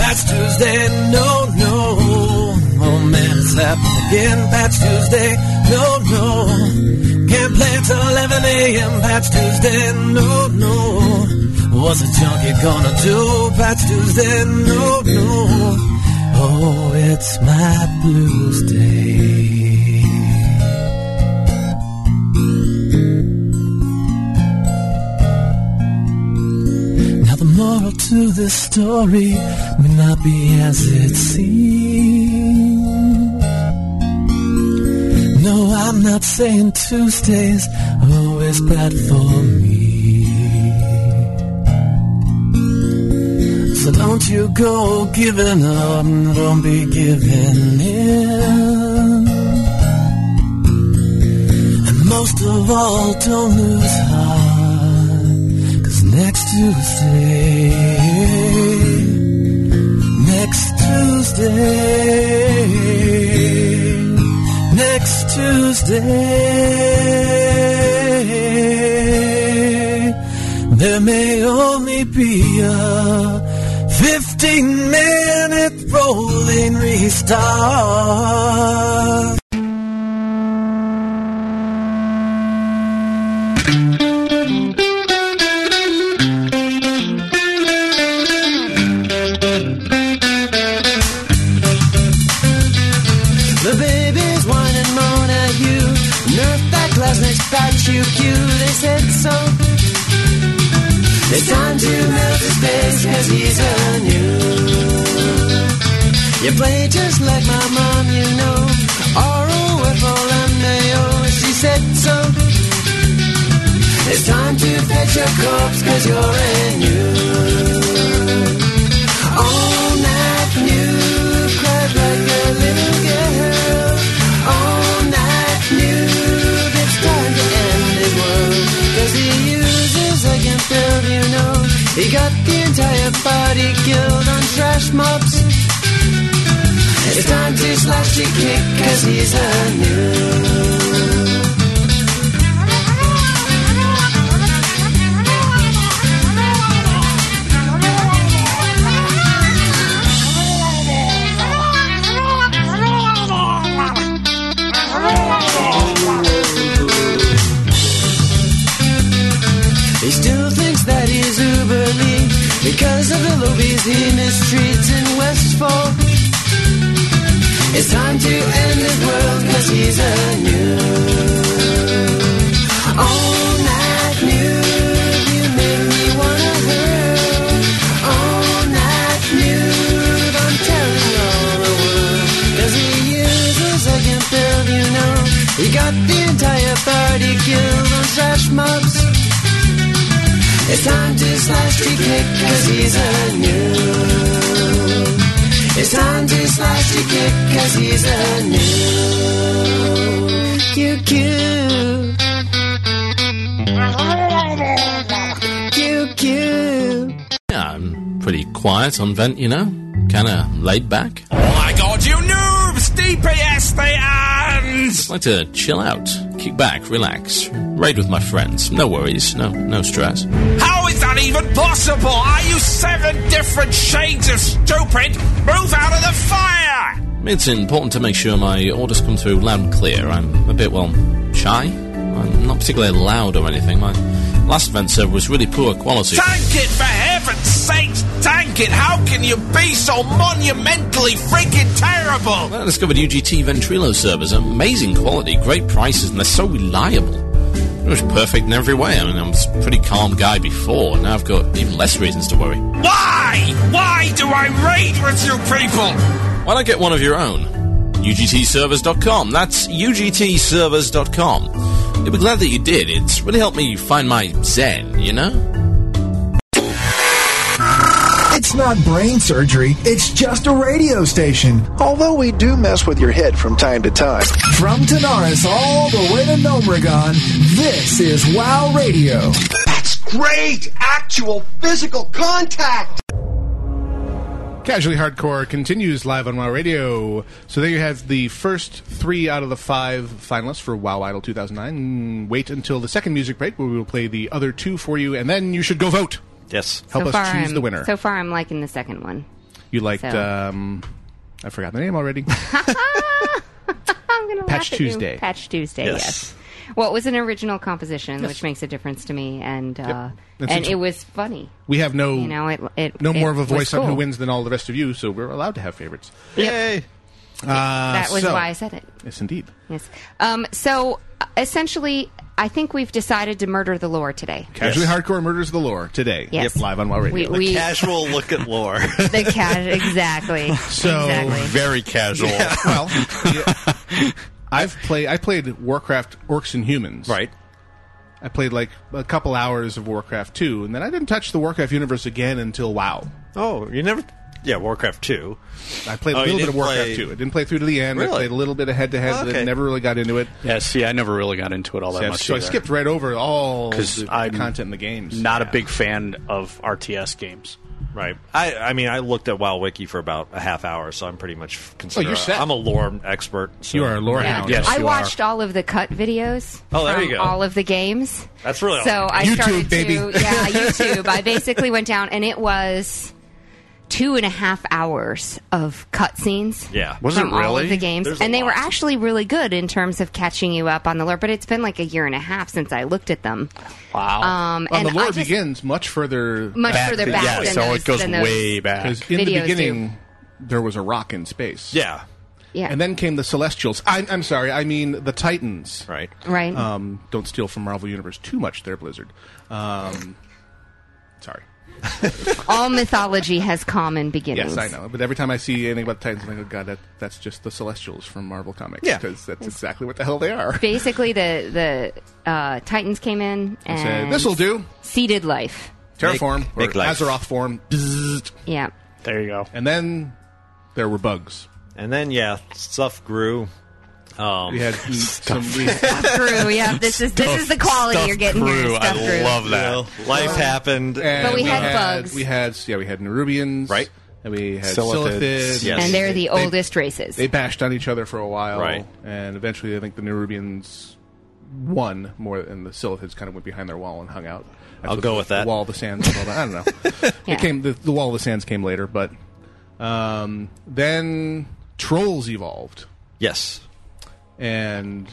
S14: That's Tuesday, no, no. Oh man, it's happened again. That's Tuesday, no, no. Can't play till 11 a.m. That's Tuesday, no, no. What's a junkie gonna do? That's Tuesday, no, no. Oh, it's my blues day. Now the moral to this story may not be as it seems. No, I'm not saying Tuesdays are always bad for me. So don't you go giving up, don't be giving in. And most of all, don't lose heart, cause next Tuesday, next Tuesday, next Tuesday, there may only be a 15 minute rolling restart.
S6: The babies whine and moan at you. Nerf that Glasnick's back you cue. They said so. It's time to melt his face cause he's a new. You play just like my mom, you know. R-O-F-O-M-A-O. She said so. It's time to fetch your corpse cause you're a new. All night new, cried like a little girl. All night new, it's time to end his world. Cause he uses a can fill, you know. He got the entire body killed on trash mops. It's time to slash your kick, cause he's a new. He still thinks that he's uber lean because of the lobies he mistreats in Westfall. It's time to end his world because he's a new. All night new, you make me wanna hurl. All night new, I'm telling all the world. Cause he uses a can build, you know. He got the entire party killed on trash mobs. It's time to slash the kick, cause he's a new. It's time to slash the kick, cause he's a new. You cute. You cute.
S15: Yeah, I'm pretty quiet on vent, you know, kind of laid back.
S16: Oh my god, you noobs! DPS the ends!
S15: Just like to chill out, kick back, relax, raid with my friends. No worries, no no stress.
S16: How is that even possible? Are you seven different shades of stupid? Move out of the fire!
S15: It's important to make sure my orders come through loud and clear. I'm a bit, well, shy. I'm not particularly loud or anything. My last vent server was really poor quality.
S16: Tank it, for heaven's sakes, tank it! How can you be so monumentally freaking terrible?
S15: I discovered UGT Ventrilo servers. Amazing quality, great prices, and they're so reliable. It was perfect in every way. I mean, I was a pretty calm guy before, and now I've got even less reasons to worry.
S16: Why? Why do I raid with you people?
S15: Why not get one of your own? UGTservers.com. That's UGTservers.com. You'll be glad that you did. It's really helped me find my zen, you know?
S17: It's not brain surgery, it's just a radio station. Although we do mess with your head from time to time. From Tanaris all the way to Nomragon, this is WoW Radio.
S5: That's great! Actual physical contact!
S1: Casually Hardcore continues live on WoW Radio. So there you have the first three out of the five finalists for WoW Idol 2009. Wait until the second music break where we will play the other two for you, and then you should go vote.
S11: Yes.
S1: Help
S2: so
S1: us
S2: far,
S1: choose
S2: I'm,
S1: the winner.
S2: So far, I'm liking the second one.
S1: you liked,
S2: so-
S1: um, I forgot the name already. <laughs>
S2: I'm gonna laugh
S1: Patch
S2: at
S1: Tuesday.
S2: You. Patch Tuesday.
S1: Yes.
S2: Yes. Well, it was an original composition,
S1: Yes.
S2: which makes a difference to me, and uh,
S1: That's
S2: and
S1: it.
S2: it was funny.
S1: We have no,
S2: You know, it- it-
S1: no more
S2: it
S1: of a voice
S2: was
S1: on who
S2: cool.
S1: wins than all the rest of you, so we're allowed to have favorites.
S11: Yay!
S1: Uh,
S2: that was
S1: so-
S2: why I said it.
S1: Yes, indeed.
S2: Yes. Um, so uh, essentially, I think we've decided to murder the lore today.
S1: Casually Hardcore Murders the Lore today.
S2: Yes.
S1: Yep, live on WoW Radio.
S2: We- The we-
S11: casual look at lore.
S2: The cat, exactly.
S1: So
S2: exactly.
S1: very casual.
S11: <laughs>
S1: Well, yeah. I've played. I played Warcraft: Orcs and Humans. Right. I played like a couple hours of Warcraft 2, and then I didn't touch the Warcraft universe again until WoW.
S11: Oh, you never? Yeah, Warcraft 2.
S1: I played
S11: Oh,
S1: a
S11: you
S1: little bit
S11: didn't
S1: of Warcraft
S11: play-
S1: 2. I didn't play through to the end. I
S11: Really?
S1: played a little bit of head to head,
S11: Okay.
S1: and never really got into it.
S12: Yeah, see, I never really got into it all that
S1: Yeah,
S12: much.
S1: so I skipped right over all
S12: because
S1: the
S12: I'm
S1: content in the games.
S12: Not a big fan of RTS games.
S11: Right. I, I mean, I looked at WoW Wiki for about a half hour, so I'm pretty much considered.
S12: you're set.
S11: I'm a lore expert. So.
S1: You are a lore
S11: hound.
S2: I watched all of the cut videos.
S11: Oh, there
S2: from
S11: you go.
S2: All of the games.
S11: That's really
S2: so.
S11: all-
S2: I
S11: YouTube,
S2: started
S11: baby.
S2: to <laughs> yeah YouTube. I basically went down, and it was two and a half hours of cutscenes.
S11: Yeah.
S6: Was it
S2: from All
S6: really?
S2: of the games,
S6: There's a
S2: and they were
S6: lot.
S2: actually really good in terms of catching you up on the lore. But it's been like a year and a half since I looked at them.
S1: Wow.
S2: Um,
S1: well,
S2: and
S1: the
S2: I
S1: lore
S2: just-
S1: begins much further
S2: Much
S1: back
S2: further
S1: than-
S2: back Yeah, than so it those- goes than those way back.
S1: Because in the
S2: videos
S1: beginning, there was a rock in space.
S11: Yeah.
S2: Yeah.
S1: And then came the Celestials. I, I'm sorry, I mean the Titans.
S11: Right.
S2: Right.
S1: Um, don't steal from Marvel Universe too much there, Blizzard. Um, sorry.
S2: All mythology has common beginnings.
S1: Yes, I know. But every time I see anything about the Titans, I'm like, oh, God, that, that's just the Celestials from Marvel Comics.
S2: Yeah.
S1: Because that's exactly what the hell they are.
S2: Basically, the the uh, Titans came in
S1: I
S2: and
S1: said, "This'll do."
S2: Seeded life.
S1: Terraform, or
S11: make life.
S1: Azeroth form. Bzzzt.
S2: Yeah.
S12: There you go.
S1: And then there were bugs.
S11: And then, yeah, stuff grew. Um, <laughs>
S1: We had some.
S2: Stuff grew. Yeah. This is this is the quality you're getting here. is Stuff grew.
S11: You know, life happened.
S1: And
S2: But we had bugs.
S1: We had yeah, we had Nerubians, right? And we had
S11: Silithids.
S1: Silithids.
S11: Yes.
S2: And they're the
S1: They-
S2: oldest races.
S1: They bashed on each other for a while,
S11: Right.
S1: And eventually, I think the Nerubians won more, and the Silithids kind of went behind their wall and hung out.
S11: I'll
S1: what
S11: go
S1: the-
S11: with that.
S1: The wall of the sands. and all that. I
S2: <laughs>
S1: don't know.
S2: Yeah.
S1: It came the, the wall of the sands came later, but um, then trolls evolved
S11: Yes.
S1: and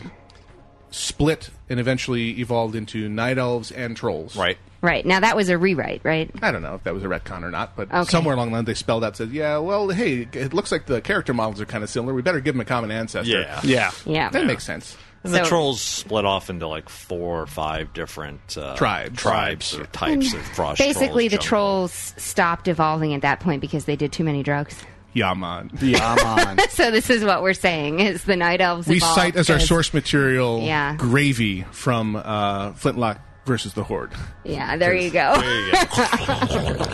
S1: split, and eventually evolved into night elves and trolls.
S11: Right.
S2: right now, that was a rewrite, right?
S1: I don't know if that was a retcon or not, but
S2: Okay.
S1: somewhere along the line they spelled out said, "Yeah, well, hey, it looks like the character models are kind of similar. We better give them a common ancestor."
S11: Yeah.
S12: Yeah.
S2: Yeah.
S1: that makes sense.
S11: And the trolls split off into like four or five different uh,
S1: Tribes.
S11: tribes or types of frost.
S2: Basically, the
S11: trolls, jungle-
S2: trolls stopped evolving at that point because they did too many drugs.
S1: Yaman.
S12: Yaman.
S2: so <laughs> this is what we're saying: is the night elves
S1: we
S2: evolved
S1: cite as our
S2: because-
S1: source material
S2: Yeah.
S1: gravy from uh, Flintlock versus the Horde.
S2: Yeah, there you go.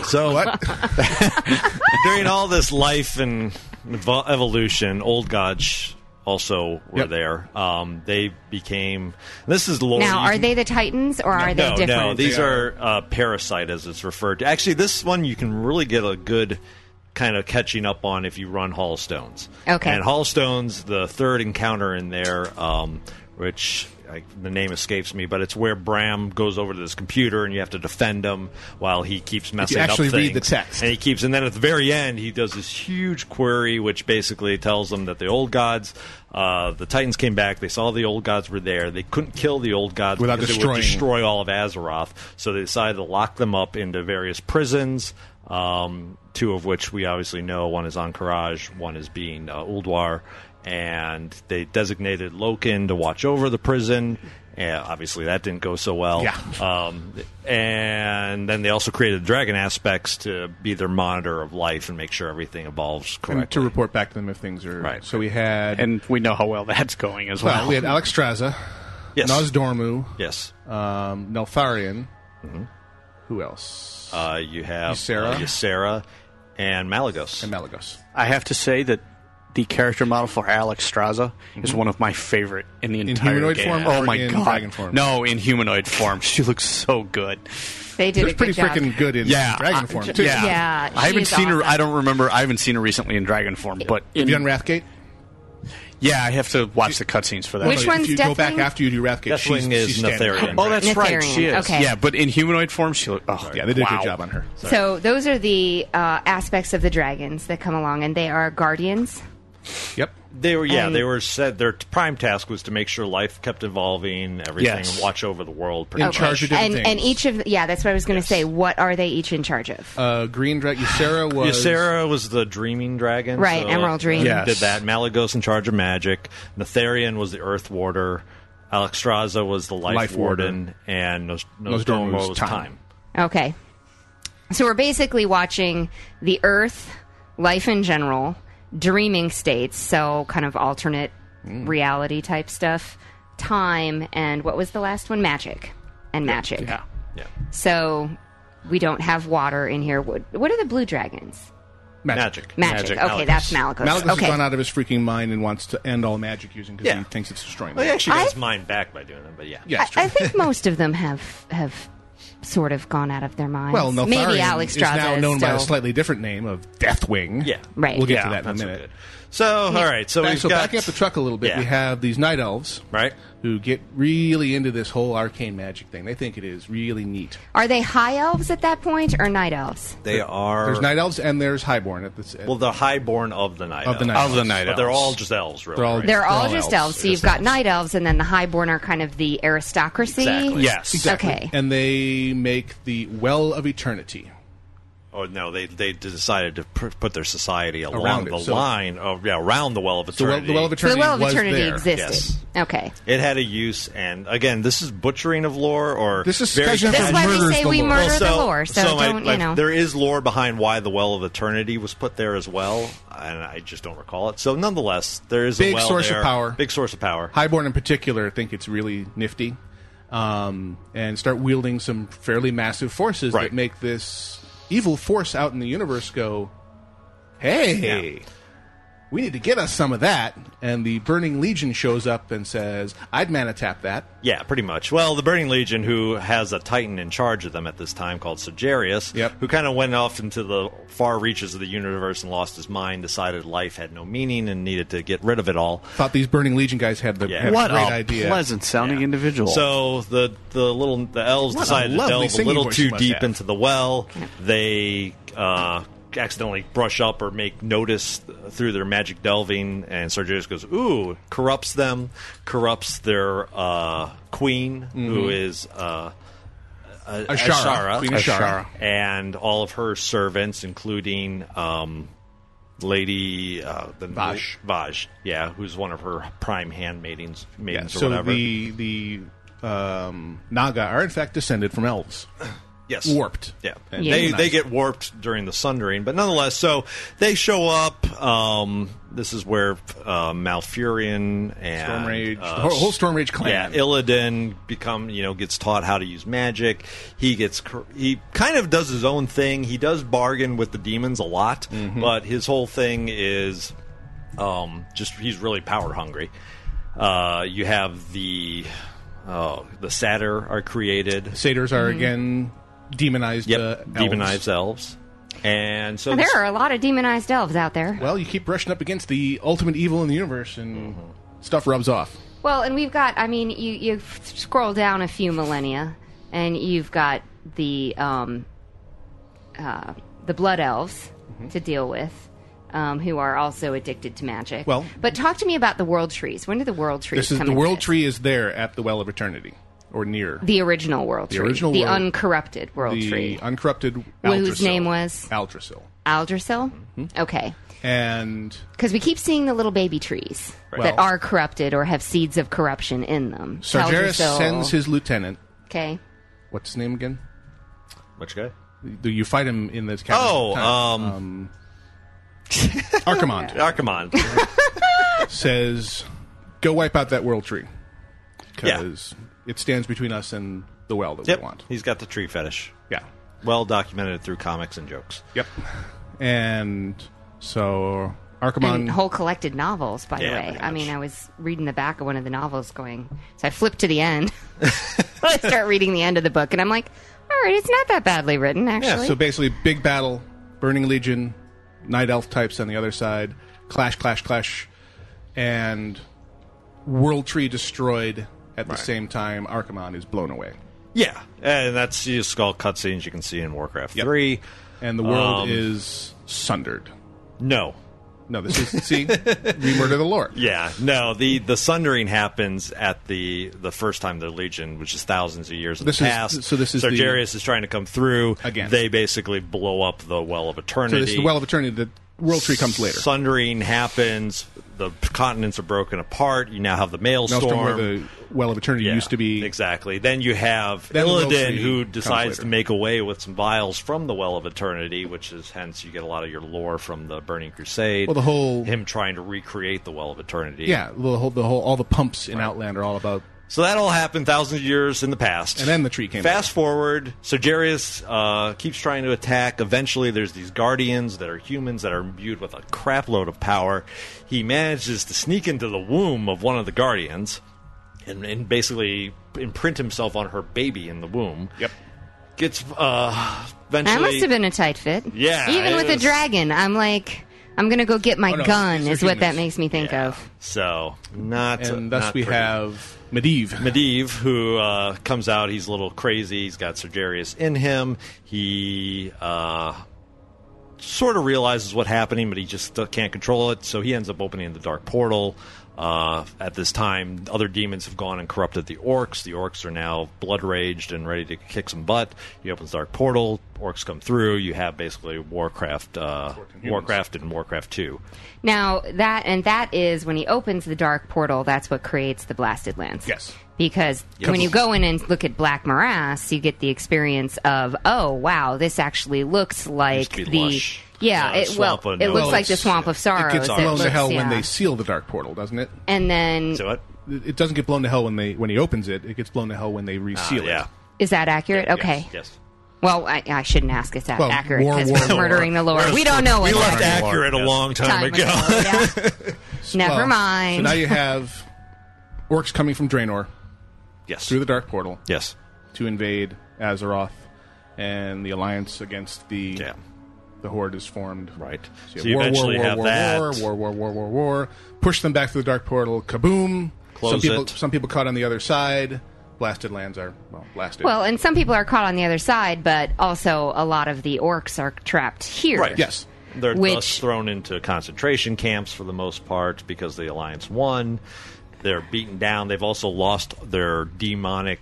S11: So what? During all this life and evo- evolution, old gods also were there. Um, they became. This is
S2: <laughs>
S11: lore.
S2: now,
S11: you
S2: are
S11: can-
S2: they the Titans or are they
S11: no,
S2: different?
S11: No, these are uh, parasite, as it's referred to. Actually, this one you can really get a good kind of catching up on if you run Hall Stones.
S2: Okay.
S11: And Hall Stones, the third encounter in there, um, which I, the name escapes me, but it's where Bram goes over to this computer and you have to defend him while he keeps messing up
S1: actually read the
S11: things.
S1: text.
S11: And he keeps, and then at the very end, he does this huge query, which basically tells them that the old gods, uh, the Titans came back. They saw the old gods were there. They couldn't kill the old gods
S1: Without
S11: because
S1: destroying.
S11: It would destroy all of Azeroth. So they decided to lock them up into various prisons. Um, two of which we obviously know. One is Ankaraj. One is being uh, Uldwar. And they designated Loken to watch over the prison. And obviously, that didn't go so well.
S1: Yeah.
S11: Um, and then they also created dragon aspects to be their monitor of life and make sure everything evolves
S1: And
S11: correctly.
S1: to report back to them if things are right. So we had,
S12: and we know how well that's going as well.
S1: well, we had Alex Straza,
S11: Yes.
S1: Nozdormu,
S11: Yes. Mm-hmm.
S1: um, Neltharion, Who else?
S11: Uh, you have
S1: Ysera.
S11: uh, Ysera and Malagos. And
S1: Malagos.
S12: I have to say that the character model for Alex Straza is one of my favorite in the entire
S1: Mm-hmm. humanoid
S12: game.
S1: form
S12: oh
S1: or
S12: my
S1: in
S12: god!
S1: dragon form?
S12: No, in humanoid form, she looks so good.
S2: They did a good job.
S12: yeah,
S1: dragon
S12: I-
S1: form,
S12: j-
S1: too.
S12: Yeah,
S2: Yeah,
S12: I haven't
S2: she's
S12: seen her.
S2: awesome.
S12: I don't remember. I haven't seen her recently in dragon form, but
S1: Have
S12: in,
S1: you done Wrathgate?
S12: yeah, I have to watch the cutscenes for that.
S1: Which If one's you go Deathwing? back after you do Wrathgate, she's- she's standing.
S12: Oh, that's right.
S1: Netherian,
S12: She is.
S2: okay.
S12: Yeah, but in humanoid form, she looked. Oh,
S1: Yeah, they did a
S12: wow.
S1: good job on her.
S2: So those are the uh, aspects of the dragons that come along, and they are guardians.
S1: Yep.
S11: They were yeah,
S2: And-
S11: they were said their t- prime task was to make sure life kept evolving, everything,
S1: Yes.
S11: and watch over the world pretty
S1: In
S11: much.
S1: charge of
S2: And, and each of yeah, that's what I was going to say. What are they each in charge of?
S1: Uh, Green Dragon. Ysera was.
S11: Ysera was the dreaming dragon.
S2: Right,
S11: so
S2: Emerald Dream. Yes.
S11: Did that. Malagos in charge of magic. Natharian was the Earth Warder. Alexstrasza was the Life,
S1: Life
S11: Warden. And Nos- Nostromo was time.
S2: Okay, so we're basically watching the Earth, life in general, dreaming states, so kind of alternate
S1: Mm.
S2: reality type stuff, time, and what was the last one? Magic and magic.
S12: Yeah.
S11: Yeah.
S2: So we don't have water in here. What, what are the blue dragons? Magic.
S1: Magic.
S2: Magic. Okay, Malagos. that's Malagos.
S1: Malagos
S2: Okay.
S1: has gone out of his freaking mind and wants to end all magic using because he thinks it's destroying.
S11: Well, he
S1: the
S11: actually got
S1: world.
S11: his mind back by doing it, but yeah.
S1: Yeah,
S2: I, I
S1: <laughs>
S2: think most of them have have sort of gone out of their minds.
S1: Well, Notharian
S2: maybe Alex
S1: is now
S2: Straza
S1: known by a
S2: still-
S1: slightly different name of Deathwing. Yeah,
S2: Right.
S1: We'll get
S2: Yeah,
S1: to that in a
S11: that's
S1: minute.
S11: So, all right. So
S1: Back-
S11: we've
S1: so
S11: got
S1: backing up the truck a little bit,
S11: Yeah.
S1: we have these night elves,
S11: right,
S1: who get really into this whole arcane magic thing. They think it is really neat.
S2: Are they high elves at that point or night elves?
S11: They are
S1: There's night elves and there's highborn at this. At
S11: well, the highborn of the night
S1: Of the
S11: elves.
S1: night Of the elves. night
S11: but they're
S1: elves.
S11: all just elves, really.
S1: They're all-
S11: right?
S2: They're all
S1: all
S2: just elves.
S1: elves.
S2: So you've got night elves, and then the highborn are kind of the aristocracy.
S1: Exactly.
S2: Okay.
S1: And they make the well of eternity.
S11: Oh no, they they decided to pr- put their society along
S1: Around it,
S11: the
S1: so-
S11: line of yeah around the well of
S1: So well-
S11: eternity.
S1: the well of
S2: So
S1: eternity
S2: the well of
S1: was
S2: eternity
S1: there.
S2: existed.
S11: Yes.
S2: Okay.
S11: It had a use, and again, this is butchering of lore, or
S1: This is
S11: very-
S1: Skyrim That's
S2: why we murders say the we lore. murder the lore, so
S11: my-
S2: don't, you
S11: my-
S2: know.
S11: There is lore behind why the Well of Eternity was put there as well, and I just don't recall it. So, nonetheless, there is
S1: Big
S11: a well
S1: source of
S11: there.
S1: power.
S11: Big source of power.
S1: Highborn in particular think it's really nifty, um, and start wielding some fairly massive forces that make this evil force out in the universe go, "Hey, we need to get us some of that." And the Burning Legion shows up and says, "I'd mana tap that."
S11: Yeah, pretty much. Well, the Burning Legion, who has a Titan in charge of them at this time called Sigerius, who kind of went off into the far reaches of the universe and lost his mind, decided life had no meaning and needed to get rid of it all.
S1: Thought these Burning Legion guys had the had
S11: What
S1: a great
S11: a
S1: idea.
S12: pleasant sounding individual.
S11: So the the little the elves
S1: What a
S11: decided to
S1: lovely
S11: delve a
S1: singing
S11: little
S1: voice
S11: too
S1: you must
S11: deep
S1: have.
S11: into the well. They uh, accidentally brush up or make notice through their magic delving, and Sergius goes, "Ooh!" Corrupts them, corrupts their uh, queen, who
S1: Mhm.
S11: is. Uh, uh,
S1: Ashara, Queen Ashara.
S11: and all of her servants, including um, Lady uh, the
S1: Vaj.
S11: Vaj, yeah, who's one of her prime handmaidens,
S1: Yeah,
S11: maidens or
S1: so
S11: whatever.
S1: the the um, Naga are in fact descended from elves.
S11: Yes.
S1: warped.
S11: Yeah.
S1: And
S11: They
S1: nice.
S11: they get warped during the sundering, but nonetheless, so they show up. Um, this is where uh, Malfurion and
S1: Storm Rage-
S11: uh,
S1: the whole- whole Storm Rage clan.
S11: yeah, Illidan become you know gets taught how to use magic. He gets cr- he kind of does his own thing. He does bargain with the demons a lot,
S1: Mm-hmm.
S11: but his whole thing is um, just he's really power hungry. Uh, you have the oh the satyr are created.
S1: satyrs are again demonized.
S11: Yep,
S1: uh, elves.
S11: demonized elves. And so
S2: there are a lot of demonized elves out there.
S1: Well, you keep brushing up against the ultimate evil in the universe, and stuff rubs off.
S2: Well, and we've got, I mean, you, you scroll down a few millennia, and you've got the um, uh, the blood elves
S1: Mm-hmm.
S2: to deal with, um, who are also addicted to magic.
S1: Well-
S2: but talk to me about the world trees. When do the world trees
S1: This is
S2: come
S1: the
S2: into
S1: world
S2: this?
S1: tree is there at the well of eternity, or near
S2: The original world
S1: The
S2: tree.
S1: original
S2: the
S1: world-
S2: uncorrupted world
S1: the
S2: tree.
S1: uncorrupted.
S2: Well, whose
S1: Aldrasil.
S2: name was?
S1: Aldrasil,
S2: Aldrasil?
S1: Mm-hmm.
S2: Okay.
S1: and
S2: Because we keep seeing the little baby trees
S1: Right.
S2: that
S1: Well-
S2: are corrupted or have seeds of corruption in them.
S1: Sargeras
S2: Aldrasil-
S1: sends his lieutenant.
S2: Okay.
S1: What's his name again?
S11: Which guy?
S1: Do you fight him in this? Cabin
S11: Oh, um, <laughs>
S1: Archimond
S11: Archimond.
S1: <laughs> says, "Go wipe out that world tree
S11: Yeah.
S1: because it stands between us and the well that
S11: Yep.
S1: we want."
S11: He's got the tree fetish.
S1: Yeah.
S11: well documented through comics and jokes.
S1: Yep. And so Archimon
S2: and whole collected novels, by
S1: Yeah,
S2: the way.
S1: pretty
S2: I mean, I was reading the back of one of the novels going, so I flipped to the end. <laughs> I start reading the end of the book, and I'm like, all right, it's not that badly written, actually.
S1: Yeah, so basically, big battle, Burning Legion, Night Elf types on the other side, clash, clash, clash, and World Tree destroyed at the same time. Archimon is blown away.
S11: Yeah, and that's the skull cutscenes you can see in Warcraft Three, Um,
S1: and the world is sundered.
S11: No,
S1: no, this is see, we murder the Lord.
S11: Yeah, no the the sundering happens at the the first time the Legion, which is thousands of years in
S1: This
S11: the
S1: is-
S11: past.
S1: so this is the-
S11: Sargeras is trying to come through again. They basically blow up the Well of Eternity.
S1: So this is the Well of Eternity. The World Tree comes later.
S11: Sundering happens. The continents are broken apart. You now have the Maelstrom.
S1: Maelstrom, where the Well of Eternity used to be.
S11: Exactly. Then you have
S1: Then the World
S11: Illidan,
S1: Tree
S11: who
S1: comes
S11: decides
S1: later.
S11: to make away with some vials from the Well of Eternity, which is hence you get a lot of your lore from the Burning Crusade.
S1: Well, the whole-
S11: him trying to recreate the Well of Eternity.
S1: Yeah, the whole, the whole, all the pumps in Outland are all about.
S11: So that all happened thousands of years in the past.
S1: And then the tree came.
S11: Fast forward, Sergerius uh, keeps trying to attack. Eventually, there's these guardians that are humans that are imbued with a crapload of power. He manages to sneak into the womb of one of the guardians and, and basically imprint himself on her baby in the womb. Yep. Gets uh, eventually.
S2: That must have been a tight fit.
S11: Yeah,
S2: Even
S11: it
S2: with a
S11: was-
S2: dragon, I'm like, I'm going to go get my
S1: Oh, no,
S2: gun,
S1: these are
S2: is what that makes
S1: humans.
S2: me think of.
S11: So not
S1: And thus
S11: not
S1: we
S11: pretty.
S1: have Medivh.
S11: Medivh, who uh, comes out, he's a little crazy. He's got Sergerius in him. He uh, sort of realizes what's happening, but he just uh, can't control it. So he ends up opening the dark portal. Uh, at this time, other demons have gone and corrupted the orcs. The orcs are now blood raged and ready to kick some butt. He opens dark portal. Orcs come through. You have basically Warcraft, uh, Warcraft, and Warcraft Two.
S2: Now, that, and that is when he opens the dark portal, that's what creates the blasted lands.
S1: Yes.
S2: Because
S11: Yes.
S2: when you go in and look at Black Morass, you get the experience of, oh, wow, this actually looks like
S1: be
S2: the.
S1: lush.
S2: Yeah,
S1: Uh,
S2: it, well,
S1: swamp of
S2: it looks
S1: Nose.
S2: like the Swamp of Sorrows.
S1: It gets blown to
S2: looks-
S1: hell when
S2: yeah.
S1: they seal the dark portal, doesn't it?
S2: And then,
S1: It it doesn't get blown to hell when they when he opens it. It gets blown to hell when
S11: Ah,
S1: they reseal it.
S2: is that accurate?
S1: Yeah, yes,
S2: okay.
S11: yes.
S2: Well, I, I shouldn't ask if that's
S1: Well,
S2: accurate
S1: war,
S2: because
S1: war,
S2: we're
S1: war.
S2: murdering the Lord. We don't know
S11: We
S2: what
S11: left
S2: happened.
S11: accurate a long time,
S2: Time
S11: ago.
S2: Never
S1: Well,
S2: mind.
S1: So now you have orcs coming from Draenor.
S11: Yes.
S1: Through the dark portal.
S11: Yes.
S1: To invade Azeroth, and the alliance against the the horde is formed.
S11: Right.
S1: So
S11: So
S1: you
S11: you
S1: have war, war,
S11: eventually
S1: war,
S11: have
S1: war,
S11: that.
S1: war, war, war, war, war, war. Push them back through the dark portal. Kaboom! some
S11: Close
S1: people,
S11: it.
S1: some people caught on the other side. Blasted lands are well blasted.
S2: Well, and some people are caught on the other side, but also a lot of the orcs are trapped here.
S11: Right. Yes. They're
S2: Which-
S11: thus thrown into concentration camps for the most part because the alliance won. They're beaten down. They've also lost their demonic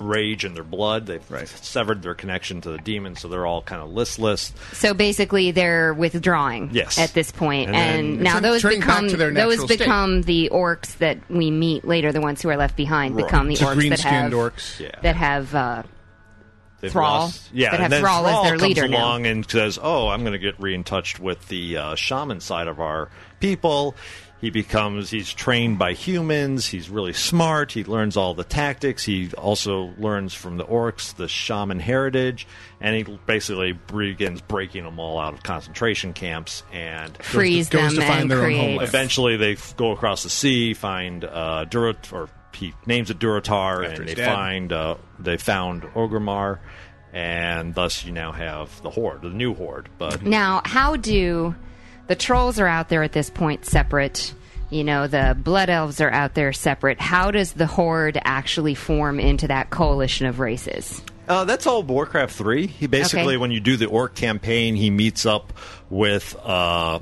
S11: rage in their blood. They've severed their connection to the demons, so they're all kind of listless.
S2: So basically, they're withdrawing.
S11: Yes.
S2: At this point,
S11: And
S2: and,
S11: then-
S2: now
S11: Return-
S2: those
S11: turning back
S2: become
S11: to their
S2: those
S11: natural state.
S2: become the orcs that we meet later. The ones who are left behind
S11: Right.
S2: become the
S11: The
S2: orcs that have
S11: green-skinned orcs. Yeah.
S2: that have uh,
S11: They've
S2: Thrall.
S11: lost- yeah,
S2: that have
S11: and then
S2: Thrall as their
S11: comes
S2: leader now.
S11: along and says, "Oh, I'm going to get re in touch with the uh, shaman side of our people." He becomes he's trained by humans. He's really smart. He learns all the tactics. He also learns from the orcs the shaman heritage, and he basically begins breaking them all out of concentration camps and
S2: Frees Goes to- goes them to find and their own creates- homeland.
S11: Eventually, they f- go across the sea, find uh, Durat or he names it Duratar, and they
S1: his dad.
S11: find uh, they found Orgrimmar, and thus you now have the Horde, the new Horde. But
S2: Now, how do the trolls are out there at this point separate? You know, the blood elves are out there separate. How does the horde actually form into that coalition of races?
S11: Uh, that's all Warcraft three. He basically,
S2: Okay.
S11: when you do the orc campaign, he meets up with uh,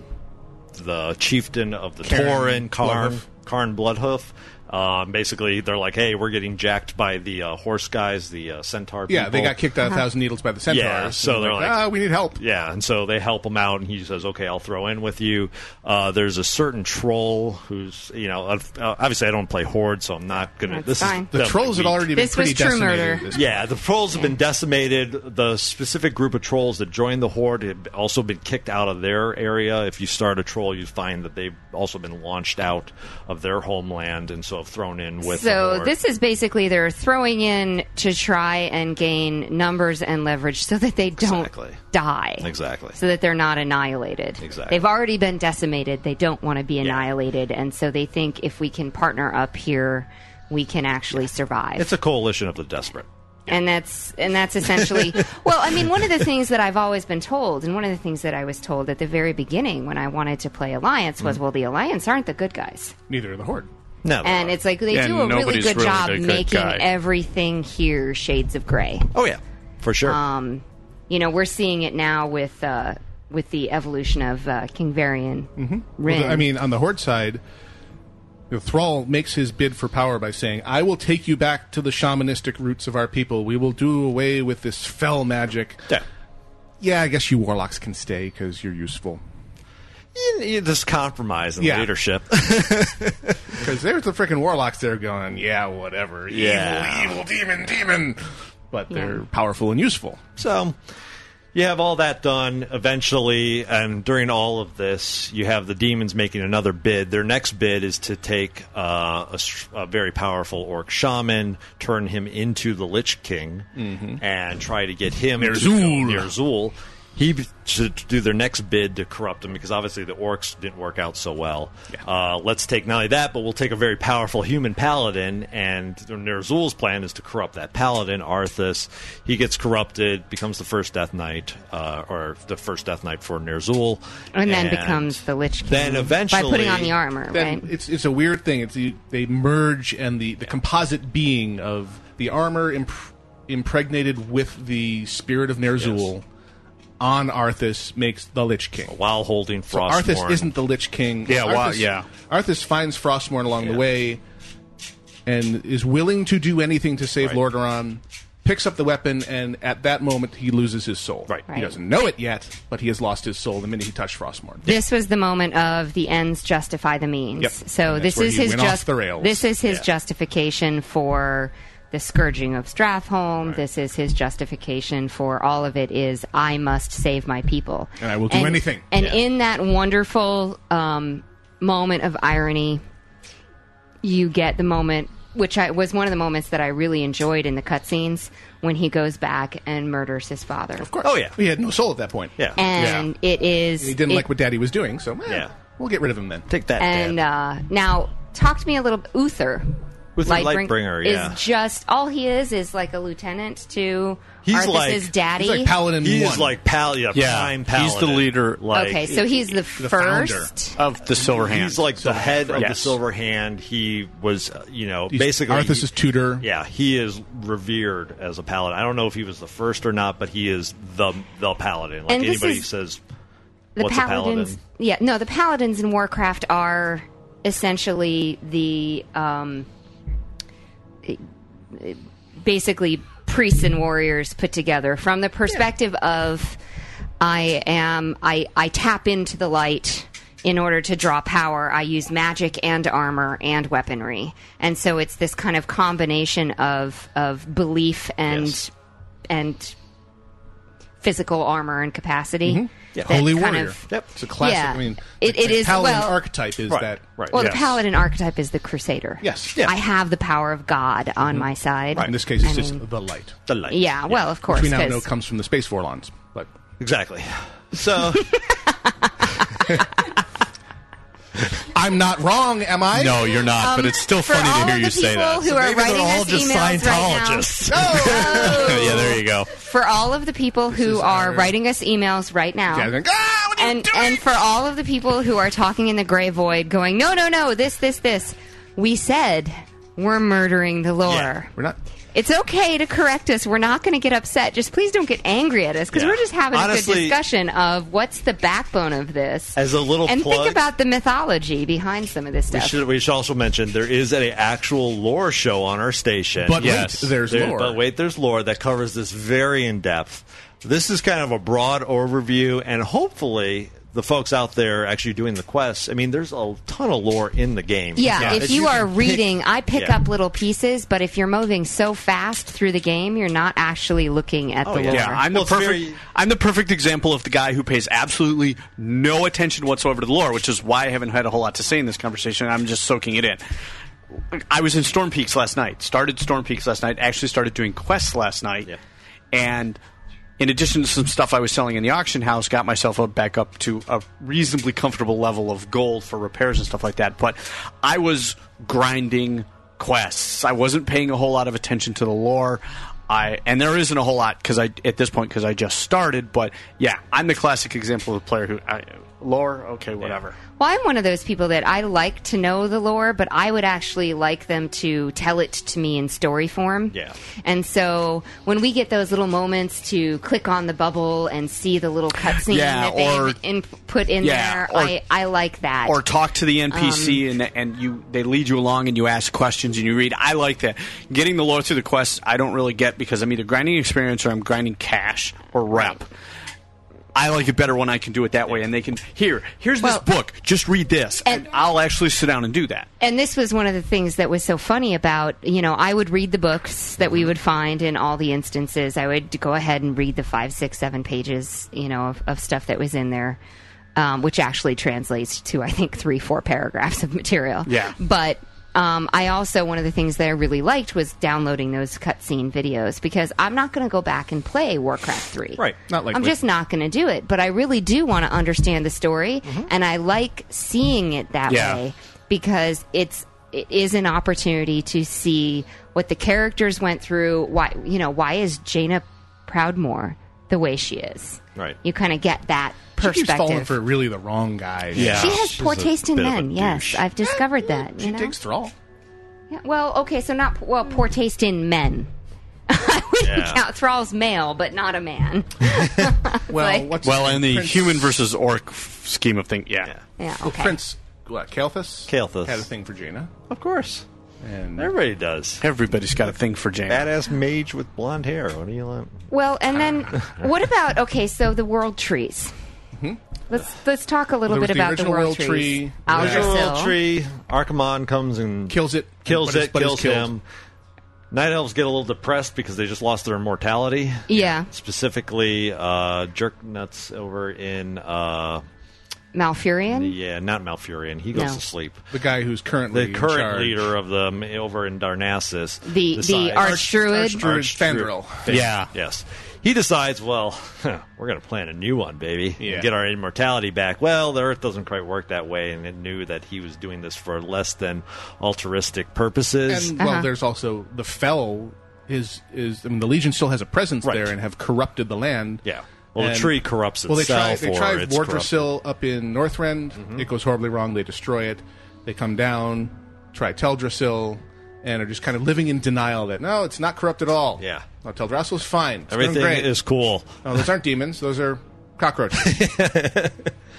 S11: the chieftain of the
S1: Karn
S11: Tauren, Karn,
S1: Bloodhoof.
S11: Karn Bloodhoof. Um, basically, they're like, "Hey, we're getting jacked by the uh, horse guys, the uh, centaur."
S1: yeah, they
S11: people."
S1: got kicked out of
S2: uh-huh.
S1: Thousand Needles by the centaurs.
S11: Yeah, so
S1: and
S11: they're like,
S1: ah, we need help.
S11: Yeah, and so they help him out, and he says, "Okay, I'll throw in with you." Uh, there's a certain troll who's, you know, I've- uh, obviously I don't play Horde, so I'm not gonna.
S1: That's
S11: this
S1: fine.
S11: Is
S1: The trolls had already been This was pretty true decimated murder. at this point.
S11: Yeah, the trolls have been decimated. The specific group of trolls that joined the Horde have also been kicked out of their area. If you start a troll, you find that they've also been launched out of their homeland, and so also have thrown in with.
S2: so
S11: the
S2: this is basically they're throwing in to try and gain numbers and leverage so that they don't die.
S11: Exactly.
S2: So that they're not annihilated.
S11: Exactly.
S2: They've already been decimated. They don't want to be annihilated. And so they think if we can partner up here, we can actually survive.
S11: it's a coalition of the desperate.
S2: and that's and that's
S11: <laughs>
S2: essentially well i mean one of the things that i've always been told and one of the things that i was told at the very beginning when i wanted to play alliance was
S11: Mm.
S1: Mhm.
S2: well the alliance aren't the good guys
S1: Neither are the Horde.
S11: No.
S2: and it's like they
S1: And
S2: do a really
S1: nobody's
S2: good
S1: really
S2: job
S1: the good
S2: making
S1: guy.
S2: everything here shades of gray
S11: Oh yeah, for sure.
S2: um you know we're seeing it now with uh with the evolution of uh king varian mm-hmm.
S1: Well, the- I mean, on the Horde side, you know, Thrall makes his bid for power by saying, I will take you back to the shamanistic roots of our people. We will do away with this fell magic.
S11: Yeah,
S1: I guess you warlocks can stay because you're useful.
S11: You, you just compromise in
S1: Yeah.
S11: leadership.
S1: Because there's the freaking warlocks there going, yeah, whatever.
S11: Yeah.
S1: Evil, evil, demon, demon. But they're powerful and useful.
S11: So you have all that done eventually, and during all of this, you have the demons making another bid. Their next bid is to take uh, a, s- a very powerful orc shaman, turn him into the Lich King,
S1: Mm-hmm.
S11: and try to get him to-
S1: Ner'zhul.
S11: Ner'zhul. He b- should do their next bid to corrupt him because obviously the orcs didn't work out so well. Uh, let's take not only that, but we'll take a very powerful human paladin, and Ner'zhul's plan is to corrupt that paladin, Arthas. He gets corrupted, becomes the first Death Knight, uh, or the first Death Knight for Ner'zhul,
S2: and then becomes the lich king
S11: then eventually
S2: by putting on the armor
S1: Then
S2: right
S1: It's, it's a weird thing. It's the, They merge, and the, the composite being of the armor imp- impregnated with the spirit of Ner'zhul on Arthas makes the Lich King.
S11: while holding
S1: So
S11: Frostborn.
S1: Arthas isn't the Lich King.
S11: Yeah,
S1: Arthas,
S11: why- yeah.
S1: Arthas finds Frostmourne along the way and is willing to do anything to save Lordaeron. Picks up the weapon, and at that moment, he loses his soul. Right. He
S2: Right.
S1: doesn't know it yet, but he has lost his soul the minute he touched Frostmourne.
S2: This was the moment of the ends justify the means.
S1: Yep.
S2: So
S1: And
S2: this
S1: that's where
S2: is
S1: he
S2: his
S1: went off
S2: just
S1: the rails.
S2: this is his
S1: Yeah.
S2: justification for the scourging of Strathholm. This is his justification for all of it is I must save my people.
S1: And I will do
S2: and,
S1: anything.
S2: And in that wonderful um, moment of irony, you get the moment, which I, was one of the moments that I really enjoyed in the cutscenes when he goes back and murders his father. Of
S1: course. Oh, yeah. He had no soul at that point. Yeah.
S2: And it is.
S1: he didn't
S2: it-
S1: like what Daddy was doing, so eh, we'll get rid of him then. Take that,
S2: and uh, now, talk to me a little. Uther,
S1: Uther
S2: Lightbring-
S1: Lightbringer, yeah.
S2: is just all he is is like a lieutenant to
S11: He's
S2: Arthas's
S11: like
S2: daddy.
S11: He's like pal, yeah,
S12: Yeah,
S11: prime
S12: he's the
S11: paladin.
S12: leader,
S11: Like,
S2: okay, so he's the, first.
S12: of the Silver Hand.
S11: He's like the head of the
S12: Yes.
S11: Silver Hand. He was, uh, you know,
S1: He's
S11: basically
S1: Arthas's tutor.
S11: Yeah, he is revered as a paladin. I don't know if he was the first or not, but he is the the paladin. Like
S2: And this
S11: anybody
S2: is-
S11: says,
S2: The
S11: what's
S2: paladins.
S11: a paladin?
S2: Yeah, no, the paladins in Warcraft are essentially the um, basically priests and warriors put together from the perspective of I am I I tap into the light in order to draw power I use magic and armor and weaponry and so it's this kind of combination of of belief and and physical armor and capacity that
S1: Mm-hmm. Holy
S2: kind
S1: warrior.
S2: of-
S1: yep. It's a classic.
S2: Yeah.
S1: I mean,
S2: it,
S1: the,
S2: it
S1: the
S2: is
S1: paladin
S2: well,
S1: archetype is that right?
S2: well, the paladin archetype is the crusader.
S1: Yes. Mm-hmm.
S2: I have the power of God on my side.
S1: In this case, it's
S2: I
S1: just
S2: mean,
S1: the light. The light.
S2: Yeah, Yeah. well, of course,
S1: Which we now
S2: 'cause-
S1: know comes from the space Vorlons, but
S11: exactly. So
S1: <laughs> I'm not wrong, am I?
S12: No, you're not,
S2: Um,
S12: but it's still
S1: for
S12: funny
S1: all
S12: to
S1: of
S12: hear you
S1: the
S12: say that.
S2: people who are writing
S12: all
S2: us
S12: just
S2: emails right now.
S12: Scientologists. <laughs>
S2: Oh.
S12: yeah, there you
S2: <laughs>
S12: go.
S2: for all of the people who are writing us emails right now.
S12: Yeah, "Ah!" I
S1: Ah!
S12: think,
S2: and and for all of the people who are talking in the gray void going, "No, no, no, this this this." We said we're murdering the lore.
S1: We're not.
S2: It's okay to correct us. We're not going to get upset. Just please don't get angry at us because
S11: Yeah.
S2: we're just having a good
S11: Honestly-
S2: discussion of what's the backbone of this.
S11: As a little
S2: and
S11: plug-
S2: think about the mythology behind some of this
S11: we
S2: stuff.
S11: should we should also mention there is an actual lore show on our station.
S1: But wait, there's lore.
S11: But wait, there's lore that covers this very in depth. This is kind of a broad overview, and hopefully. The folks out there actually doing the quests. I mean, there's a ton of lore in the game.
S2: Yeah, if
S11: it's-
S2: you are
S11: can pick-
S2: reading, I pick
S11: Yeah.
S2: up little pieces, but if you're moving so fast through the game, you're not actually looking
S11: Oh,
S2: at the
S12: yeah.
S2: lore.
S12: I'm the perfect. I'm the perfect example of the guy who pays absolutely no attention whatsoever to the lore, which is why I haven't had a whole lot to say in this conversation. I'm just soaking it in. I was in Storm Peaks last night. Started Storm Peaks last night. Actually started doing quests last night. And in addition to some stuff I was selling in the auction house, got myself up back up to a reasonably comfortable level of gold for repairs and stuff like that. But I was grinding quests. I wasn't paying a whole lot of attention to the lore. I and there isn't a whole lot because I at this point because I just started. But yeah, I'm the classic example of a player who I, lore. Okay, whatever.
S2: Well, I'm one of those people that I like to know the lore, but I would actually like them to tell it to me in story form.
S12: Yeah.
S2: And so when we get those little moments to click on the bubble and see the little cutscene
S12: Yeah,
S2: that they
S12: or-
S2: in, put in
S12: Yeah,
S2: there,
S12: or-
S2: I, I like that.
S12: Or talk to the NPC and and you they lead you along and you ask questions and you read. I like that. Getting the lore through the quest, I don't really get because I'm either grinding experience or I'm grinding cash or rep. I like it better when I can do it that way and they can here, here's this book, just read this and, I'll actually sit down and do that.
S2: And this was one of the things that was so funny about, you know, I would read the books that we would find in all the instances. I would go ahead and read the five, six, seven pages, you know, of, of stuff that was in there, um, which actually translates to, I think, three, four paragraphs of material.
S6: Yeah.
S2: But um, I also, one of the things that I really liked was downloading those cutscene videos because I'm not going to go back and play Warcraft 3.
S1: Right. Not likely.
S2: I'm just not going to do it, but I really do want to understand the story,
S1: Mm-hmm.
S2: and I like seeing it that
S6: Yeah.
S2: way because it's it is an opportunity to see what the characters went through. Why you know why is Jaina Proudmore the way she is?
S11: Right.
S2: You kind of get that
S1: She keeps falling
S2: perspective.
S1: for really the wrong guy.
S11: Yeah.
S2: She has poor taste in men.
S1: Yes,
S2: Yes, I've discovered that.
S1: She
S2: you know?
S1: digs Thrall.
S2: Yeah, well, okay, so not well poor taste in men. <laughs> Now, Thrall's male, but not a man. <laughs>
S1: <laughs> Well,
S2: Like-
S1: what's
S12: Well,
S1: his name?
S12: in the
S1: Prince-
S12: human versus orc f- scheme of thing, yeah.
S2: Yeah,
S1: Well,
S2: okay.
S1: Prince what, Kalthus?
S11: Kalthus.
S1: had a thing for Jaina.
S11: Of course.
S1: And
S11: Everybody does.
S12: Everybody's got a thing for Jane.
S11: Badass mage with blonde hair. What do you like?
S2: Well, and
S11: <laughs>
S2: then what about okay? So the world trees. Let's let's talk a little
S11: Mm-hmm. There was
S2: bit
S11: the
S2: about the
S11: original
S2: world,
S11: world
S2: trees.
S11: tree.
S2: Aldrassil.
S11: Original world tree. Archimon comes and
S1: kills it.
S11: Kills
S1: But it's-
S11: it.
S1: but it's
S11: kills
S1: killed.
S11: him. Night elves get a little depressed because they just lost their immortality.
S2: Yeah.
S11: Specifically, uh, jerk nuts over in uh,
S2: Malfurion.
S11: yeah, not Malfurion. He goes
S2: No.
S11: to sleep.
S1: The guy who's currently
S11: The
S1: in
S11: current
S1: charge.
S11: leader of them over in Darnassus.
S2: The- the
S11: decides-
S2: Archdruid?
S1: Archdruid Fandral.
S11: Fan-
S1: Yeah.
S11: Yes. He decides, well, huh, we're going to plan a new one, baby.
S1: Yeah.
S11: and Get our immortality back. Well, the Earth doesn't quite work that way, and it knew that he was doing this for less than altruistic purposes.
S1: And uh-huh.
S2: Uh-huh.
S1: well, there's also the Fell. Is is I mean the Legion still has a presence there and have corrupted the land. Yeah.
S11: Well, the tree corrupts
S1: Well, they
S11: itself,
S1: try. They
S11: or
S1: try
S11: it's Mm-hmm.
S1: Wardrasil up in Northrend. It goes horribly wrong. They destroy it. They come down, try Teldrassil, and are just kind of living in denial that no, it's not corrupt at all. Yeah. No, Teldrassil's fine. It's doing
S11: Everything
S1: great.
S11: is cool.
S1: No, those aren't demons. Those
S11: <laughs>
S1: are cockroaches.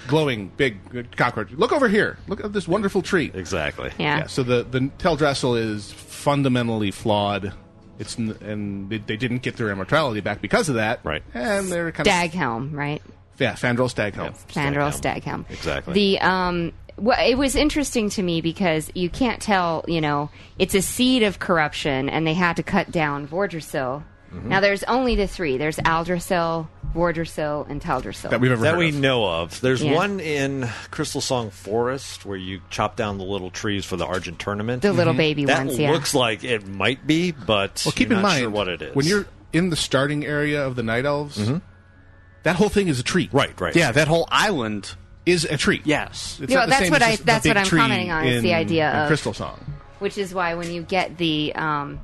S1: Glowing, big good cockroach. Look over here. Look at this wonderful tree.
S11: Exactly.
S1: Yeah. so the the Teldrassil is fundamentally flawed. It's n- and they, they didn't get their immortality back because of that. Right. And they're kind
S2: Staghelm, right?
S1: of yeah. Fandral Staghelm.
S2: Fandral Staghelm.
S1: Exactly.
S2: The um, well, it was interesting to me because you can't tell. You know, it's a seed of corruption, and they had to cut down Vordrasil.
S11: Mm-hmm.
S2: Now there's only the three. There's Aldrasil, Vordrasil, and Teldrasil.
S11: that we know of. There's
S2: Yeah.
S11: one in Crystal Song Forest where you chop down the little trees for the Argent tournament. Mm-hmm.
S2: The little Mhm. baby
S11: that
S2: ones, yeah.
S11: looks like it might be, but
S1: Well, keep
S11: you're
S1: in
S11: not
S1: mind
S11: sure what it is. Mm-hmm.
S1: when you're in the starting area of the Night Elves. That whole thing is a tree.
S11: Right. Right.
S12: Yeah, that whole island
S1: is a tree.
S12: Yes.
S1: It's
S2: No,
S1: not the
S2: that's
S1: same
S2: what
S1: as
S2: I-
S1: just the
S2: that's
S1: big
S2: what I'm
S1: tree
S2: commenting on, is the
S1: in-
S2: idea
S1: in
S2: of-
S1: Crystal Song.
S2: which is why when you get the um,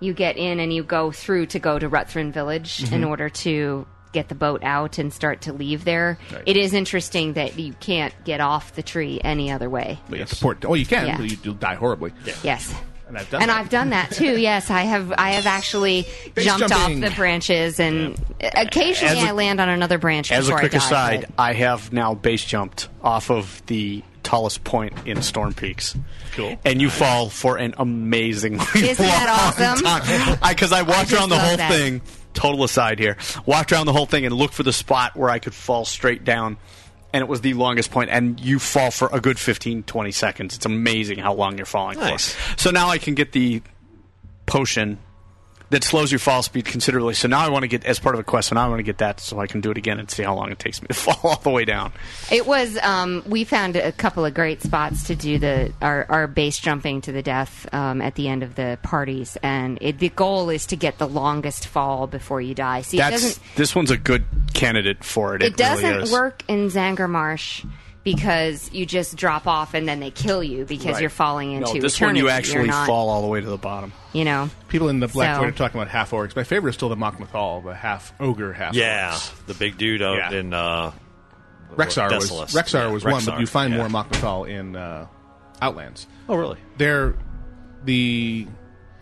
S2: you get in and you go through to go to Ruthrun Village in
S12: Mm-hmm.
S6: Mhm.
S2: order to get the boat out and start to leave there. It is interesting that you can't get off the tree any other way.
S1: But you have to port. Oh, you can.
S2: Yeah.
S1: but You, you'll die horribly.
S2: Yes.
S1: And I've done.
S2: and
S1: that.
S2: I've done that
S12: <laughs>
S2: too. Yes, I have. I have actually
S1: Base
S2: jumped
S1: jumping.
S2: off the branches, and occasionally
S12: As
S2: I
S12: a-
S2: land on another branch.
S12: As a
S2: before
S12: quick
S2: I die,
S12: aside,
S2: but-
S12: I have now base jumped off of the tallest point in Storm Peaks. Cool. And you fall for an amazing
S18: <laughs>
S2: Isn't
S12: <laughs>
S2: that awesome?
S12: Because I walked
S2: just
S12: around the
S2: love
S12: whole
S2: that.
S12: thing. Total aside here. Walked around the whole thing and looked for the spot where I could fall straight down. And it was the longest point, and you fall for a good 15, 20 seconds. It's amazing how long you're falling
S11: Nice.
S12: for. So now I can get the potion that slows your fall speed considerably. So now I want to get as part of a quest. So now I want to get that so I can do it again and see how long it takes me to <laughs> fall all the way down.
S2: It was. Um, we found a couple of great spots to do the our, our base jumping to the death um, at the end of the parties, and it, the goal is to get the longest fall before you die. See, it
S12: That's
S2: doesn't
S12: this one's a good candidate for it.
S2: it, doesn't
S12: really is.
S2: work in Zangarmarsh because you just drop off and then they kill you because
S12: Right.
S2: you're falling into
S12: No, this one
S2: eternity.
S12: you
S2: You're
S12: actually
S2: not-
S12: fall all the way to the bottom.
S2: You know,
S1: people in the Black
S2: So-
S1: Void are talking about half orcs. My favorite is still the Machmathal, the half ogre, half
S11: yeah,
S1: orcs.
S11: the big dude out
S1: Yeah.
S11: in uh,
S1: Rexar was
S11: Desolus.
S1: Rexar
S11: Yeah,
S1: was one, but
S11: Rexar,
S1: you find
S11: yeah.
S1: more Machmathal in uh, Outlands.
S11: Oh, really?
S1: They're the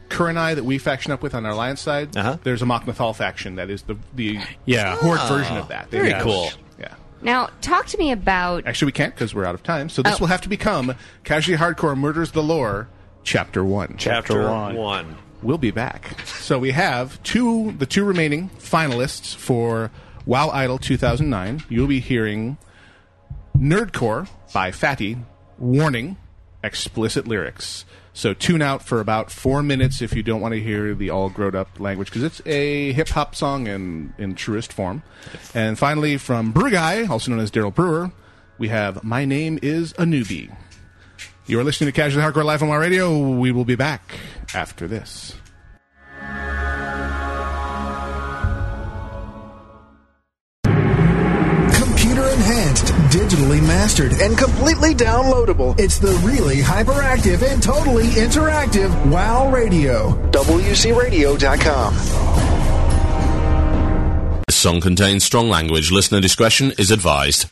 S1: Kurenai that we faction up with on our alliance side. Uh-huh. There's a Machmathal faction that is the the
S12: Yeah.
S1: horde
S12: Ah,
S1: version of that.
S12: very
S1: have-
S12: cool.
S1: Yeah.
S2: Now, talk to me about.
S1: Actually, we can't because we're out of time. So this
S2: Oh.
S1: will have to become Casually Hardcore Murders the Lore, Chapter One.
S11: Chapter one. one.
S1: We'll be back. So we have two, the two remaining finalists for WoW Idol 2009. You'll be hearing Nerdcore by Fatty. Warning: explicit lyrics. So tune out for about four minutes if you don't want to hear the all grown up language because it's a hip hop song in in truest form. And finally, from Brew Guy, also known as Daryl Brewer, we have "My Name Is a Newbie." You are listening to Casually Hardcore Live on my radio. We will be back after this.
S17: Computer enhanced, digitally mastered, and completely downloadable. It's the really hyperactive and totally interactive WoW Radio. WCRadio.com.
S15: This song contains strong language. Listener discretion is advised.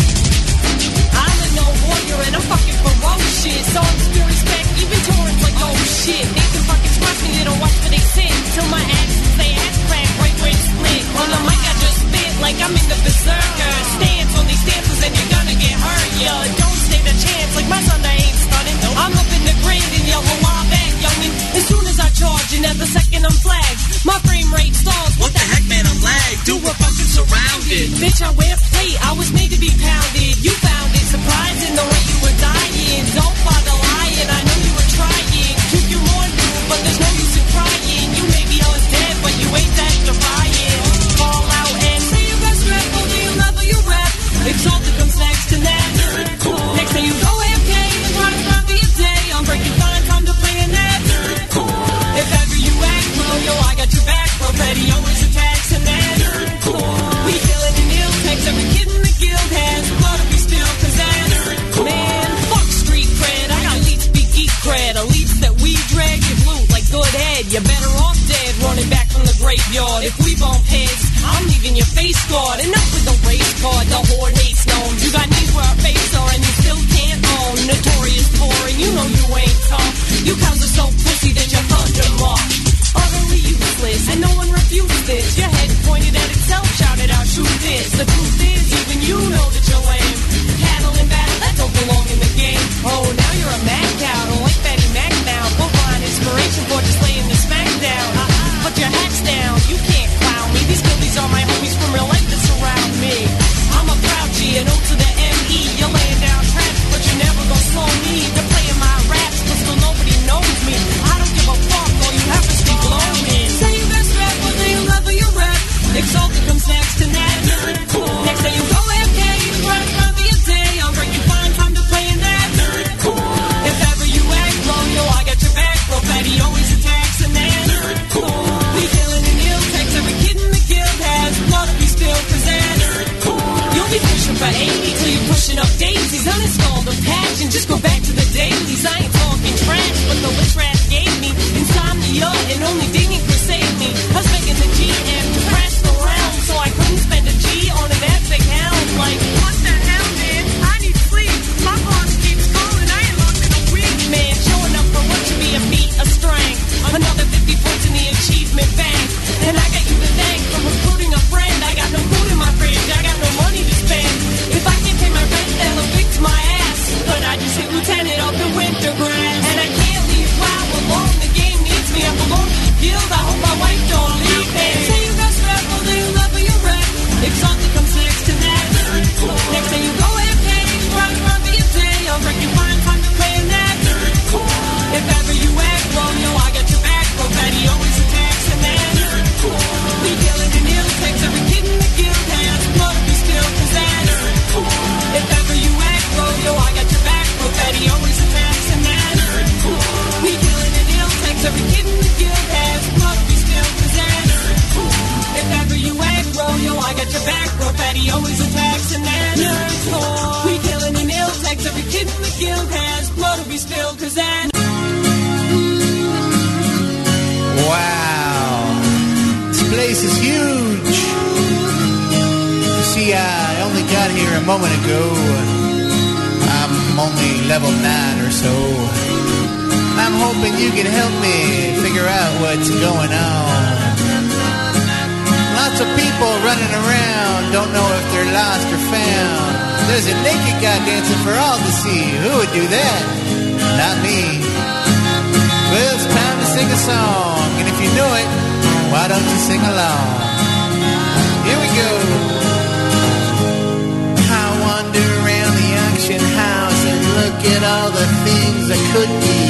S19: I'm an old warrior and I'm fucking ferocious. So I'm spirits back, even torrents like, oh shit. They can fucking trust me, they don't watch what they send. Till my actions, they ass crack right where it's split. On the mic, I just spit like I'm in the berserker. Stance on these stances and you're gonna get hurt, yo. Don't stand a chance like my son, I ain't stunning. I'm up in the grid and yell a while back, youngin'. As soon as I charge, another second I'm flagged. My frame rate stalls. What the heck, man, I'm lagged. Do a fucking surrounded. Bitch, I wear plate, I was made to be pounded. You found it surprising the way you were dying. Don't bother lying, I know you were trying. Keep your on dude, but there's no use in crying. You may be all dead, but you ain't that defiant. Fall out and say your best rap, only you level your rap. Exalted comes next to that. Next day you go AFK and try to find for your day. I'm breaking fine, time to play in that. If ever you act well, yo, I got your back. Well, petty always attacks and that. We killing the ill takes every kid in the guild has blood we still possess. Man, fuck street cred. I got leads be geek cred. Elites that we drag get loot like good head. You're better off dead running back from the graveyard. If we bump heads, I'm leaving your face scarred. Enough with the race card, the whore hates known. You got knees where our face are and you still can't own. Notorious poor and you know you ain't tough. You cows are so pussy that you're undermarked utterly useless, and no one refused this. Your head pointed at itself, shouted out, shoot this. The truth is, even you know that you're lame. Cattle in battle, that don't belong in the game. Oh, now you're a Oh, mad cow, don't like Betty Mac now. We'll find inspiration for just laying the smack down. Uh-uh, put your hats down, you can't clown me. These bullies are my homies from real life that surround me. I'm a proud G, an O to the M-E. You're laying down traps, but you're never gonna slow me. They're playing my raps, but still nobody knows me. I don't give a fuck, all you have is people on me. Say your best rap, but they level your rap. Exalted comes next to that. Next day you go AFK, you run from the day. I'm breaking fine, time to play in that. If ever you act low, yo, I got your back. Bro, Fatty always attacks and that. We killing an ill takes every kid in the guild has blood we still possess. You'll be pushing for 80 till you're pushing up daisies. Uninstall the patch and just go back to the dailies. I ain't talking trash, but the witch rat gave me insomnia and only dinging could save me. I was making the GM to crash the realm, so I couldn't spend a G on an epic hound. Like, what the hell, man? I need sleep. My boss keeps calling, I ain't locked in a week, man. Showing up for what should be a beat, a strength. Another 50 points in the achievement bank. And I got you to thank for recruiting still design.
S18: Wow. This place is huge. You see, I only got here a moment ago. I'm only level 9 or so. I'm hoping you can help me figure out what's going on. Lots of people running around, don't know if they're lost or found. There's a naked guy dancing for all to see. Who would do that? Not me. Well, it's time to sing a song, and if you know it, why don't you sing along? Here we go. I wander around the auction house and look at all the things I could be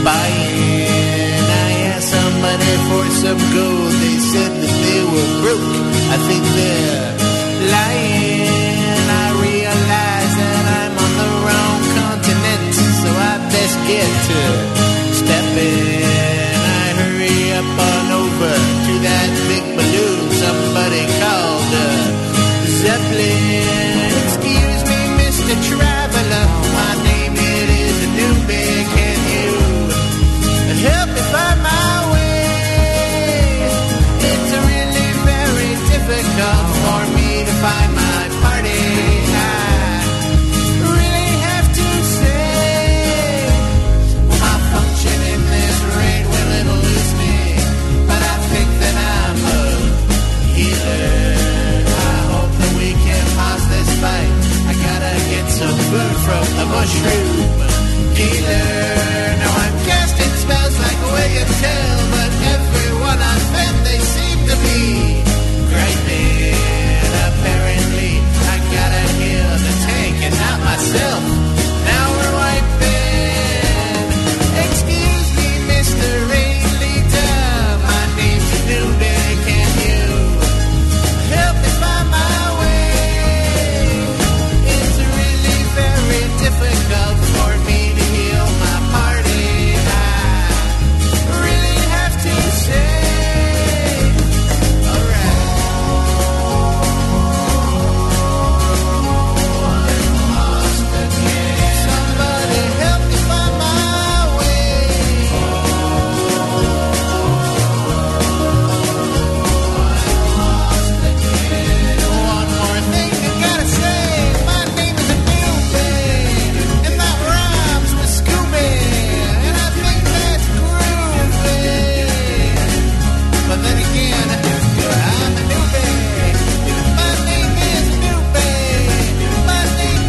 S18: buying. I asked somebody for some gold, they said that they were broke. I think they're lying. I realize that I'm on the wrong continent, so I best get to stepping. I hurry up on over to that big balloon. Somebody called a zeppelin. Excuse me, Mr. Traveler. My name it is Anubis. Can you help me find my way? It's really very difficult for me to find my party. I really have to say my function in this rain will lose me, but I think that I'm a healer. I hope that we can pause this fight. I gotta get some food from the mushroom dealer. Now I'm casting spells like a wig and tail, but everyone I've met they seem to be griping. Apparently, I gotta heal the tank and not myself. Now we're wiping. Excuse me, Mr. Ringleader. My name's Newbie. Can you help me find my way? It's really very difficult for me to heal my party. I really have to say. Somebody help me find my way. One more thing I gotta say. My name is Newbie, and that rhymes with Scooby, and I think that's groovy. But then again, I'm a newbie. My name is Newbie. My name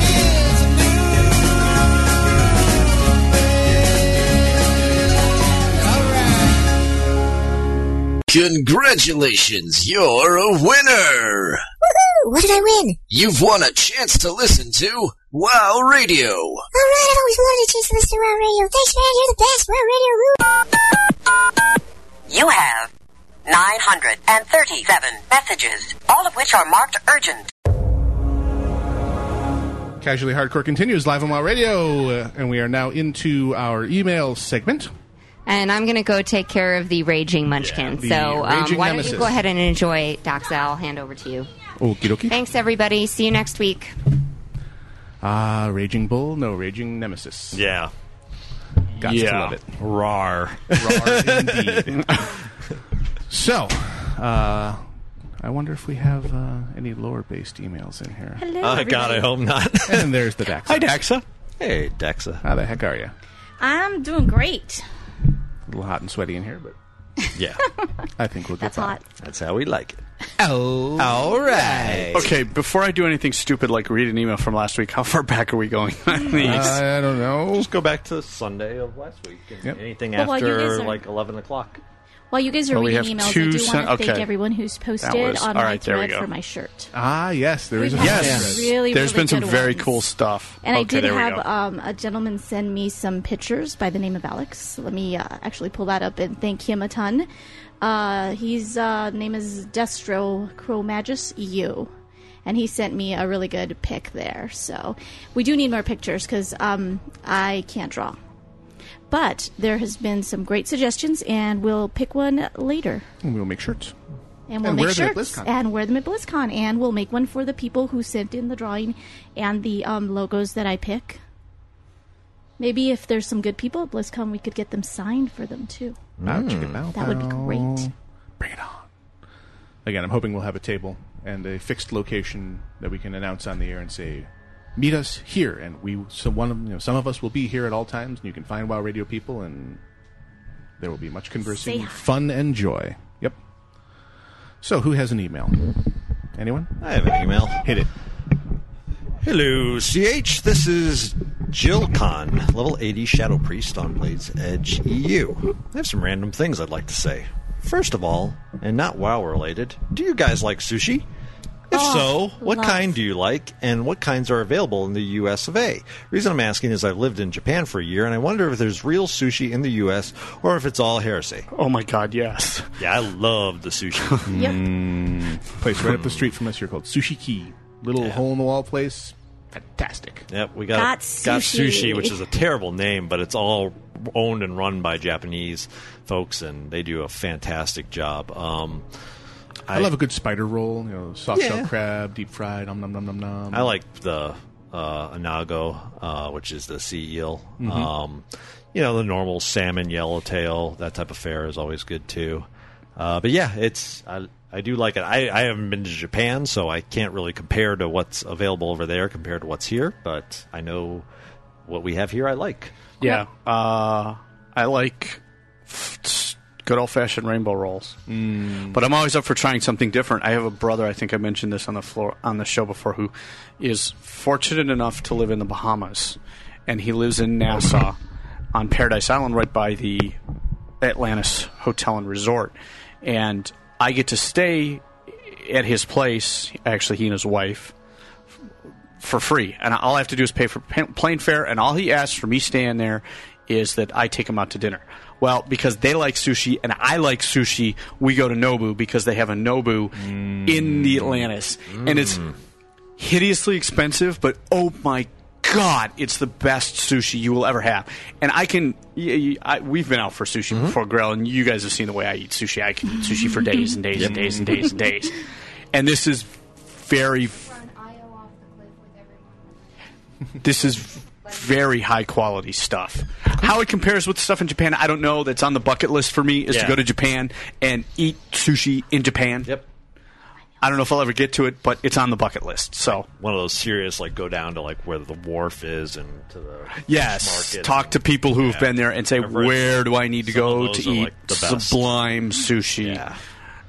S18: is Newbie. All right.
S13: Congratulations, you're a winner!
S20: What did I win?
S13: You've won a chance to listen to Wow Radio.
S20: All right, I've always wanted a chance to listen to Wow Radio. Thanks, man. You're the best. Wow Radio
S21: You have 937 messages, all of which are marked urgent.
S1: Casually Hardcore continues live on WoW Radio, uh, and we are now into our email segment.
S2: And I'm going to go take care of the raging munchkin.
S1: the
S2: so um,
S1: raging
S2: why
S1: nemesis.
S2: don't you go ahead and enjoy Doxa? I'll hand over to you.
S1: Okie dokie.
S2: Thanks, everybody. See you next week.
S1: Ah, Raging Bull, no, Raging Nemesis.
S11: Yeah.
S1: Got to
S11: Yeah.
S1: love it.
S11: <laughs> Rar. <laughs>
S1: indeed. so, uh, I wonder if we have uh, any lore based emails in here.
S11: Hello, Uh, God, everybody. I hope
S1: <laughs>
S11: not.
S1: and there's the Daxa. Hi,
S12: Daxa.
S11: Hey, Daxa.
S1: How the heck are you?
S22: I'm doing great.
S1: A little hot and sweaty in here, but
S11: yeah,
S1: <laughs> I think we'll get
S22: That's hot.
S11: That's how we like it.
S1: Oh,
S11: all right.
S12: Okay, before I do anything stupid like read an email from last week, how far back are we going on these?
S1: I don't know.
S11: Just go back to Sunday of last week. And Anything
S22: Well, while you
S11: after
S22: guys are-
S11: like eleven o'clock.
S22: While you guys are
S1: Well, we
S22: reading
S1: have
S22: emails, I
S1: two
S22: do
S1: sen-
S22: want to thank
S1: okay.
S22: everyone who's posted
S1: was-
S22: on
S1: all
S22: my
S1: right, there we
S22: thread
S1: go.
S22: for my shirt.
S1: Ah, yes, there is a
S22: We've
S1: thread.
S22: Yes. really,
S12: There's
S22: really
S12: been some
S22: good
S12: very
S22: ones.
S12: cool stuff.
S22: And
S12: okay,
S22: I did
S12: there we go.
S22: have um, a gentleman send me some pictures by the name of Alex. Let me uh, actually pull that up and thank him a ton. Uh, his uh, name is Destro Chromagus EU. And he sent me a really good pic there. So we do need more pictures because um, I can't draw. But there has been some great suggestions, and we'll pick one later.
S1: And we'll make shirts.
S22: And we'll
S1: And
S22: make
S1: wear them at
S22: shirts
S1: BlizzCon.
S22: and wear them at BlizzCon, and we'll make one for the people who sent in the drawing and the um, logos that I pick. Maybe if there's some good people at BlizzCon, we could get them signed for them too. Mm, That would be great.
S1: Again, I'm hoping we'll have a table and a fixed location that we can announce on the air and say, "Meet us here," and we so one of you know some of us will be here at all times, and you can find WoW Radio people, and there will be much
S22: Say
S1: conversing,
S22: hi.
S1: fun, and joy. Yep. So, who has an email? Anyone?
S11: I have an email.
S1: Hit it.
S11: Hello, CH. This is Jill Khan, level 80 Shadow Priest on Blades Edge EU. I have some random things I'd like to say. First of all, and not WoW related, do you guys like sushi? If
S22: Oh,
S11: so, what
S22: love.
S11: kind do you like, and what kinds are available in the US of A? Reason I'm asking is I've lived in Japan for a year, and I wonder if there's real sushi in the US or if it's all heresy.
S12: Oh my god, yes.
S11: Yeah, I love the sushi.
S22: <laughs>
S11: Hmm.
S22: Yep.
S1: Place right up the street from us here called Sushi Key. Little hole in the wall place. Fantastic.
S11: Yep, we got
S1: Got
S11: got
S1: sushi.
S11: sushi. which is a terrible name, but it's all owned and run by Japanese folks, and they do a fantastic job. Um,
S1: I, love a good spider roll. You know, soft shell
S11: Yeah.
S1: crab, deep fried. Nom nom nom nom nom.
S11: I like the uh, anago, uh, which is the sea eel.
S1: Mhm.
S11: Um, you know, the normal salmon, yellowtail, that type of fare is always good too. Uh, but yeah, it's I, I do like it. I, I haven't been to Japan, so I can't really compare to what's available over there compared to what's here. But I know what we have here. I like.
S12: Yeah. Uh, I like good old fashioned rainbow rolls. But I'm always up for trying something different. I have a brother, I think I mentioned this on the floor on the show before, who is fortunate enough to live in the Bahamas. And he lives in Nassau on Paradise Island right by the Atlantis Hotel and Resort. And I get to stay at his place, actually he and his wife for free, and all I have to do is pay for pa- plane fare, and all he asks for me staying there is that I take him out to dinner. Well, because they like sushi and I like sushi, we go to Nobu because they have a Nobu in the Atlantis, and it's hideously expensive, but oh my god, it's the best sushi you will ever have. And I can, y- y- I, we've been out for sushi before, Grill, and you guys have seen the way I eat sushi. I can eat sushi for days and days and days and days and days. And this is very this is very high quality stuff. How it compares with stuff in Japan, I don't know. That's on the bucket list for me is
S11: Yeah.
S12: to go to Japan and eat sushi in Japan.
S11: Yep.
S12: I don't know if I'll ever get to it, but it's on the bucket list. So
S11: one of those serious like go down to like where the wharf is and to the
S12: yes,
S11: market.
S12: talk to people who have
S11: Yeah.
S12: been there and say
S11: I've read
S12: where do I need to
S11: some of
S12: go
S11: those
S12: to
S11: are,
S12: eat
S11: like, the best.
S12: sublime sushi.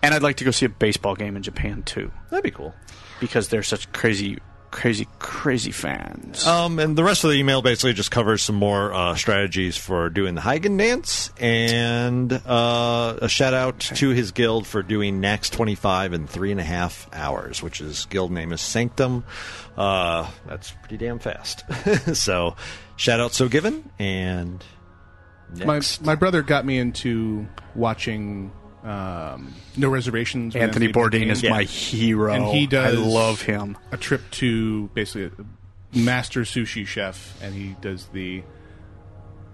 S12: And I'd like to go see a baseball game in Japan too.
S11: That'd be cool
S12: because they're such crazy, crazy, crazy fans.
S11: Um, and the rest of the email basically just covers some more uh, strategies for doing the Hagen dance and uh, a shout out to his guild for doing Nax 25 in three and a half hours, which his guild name is Sanctum. Uh, that's pretty damn fast. <laughs> so, shout out so given and
S1: My,
S11: next.
S1: my brother got me into watching um, No Reservations. with
S12: Anthony Bourdain is my
S1: Yeah.
S12: hero.
S1: And he does.
S12: I love him.
S1: A trip to basically a master sushi chef, and he does the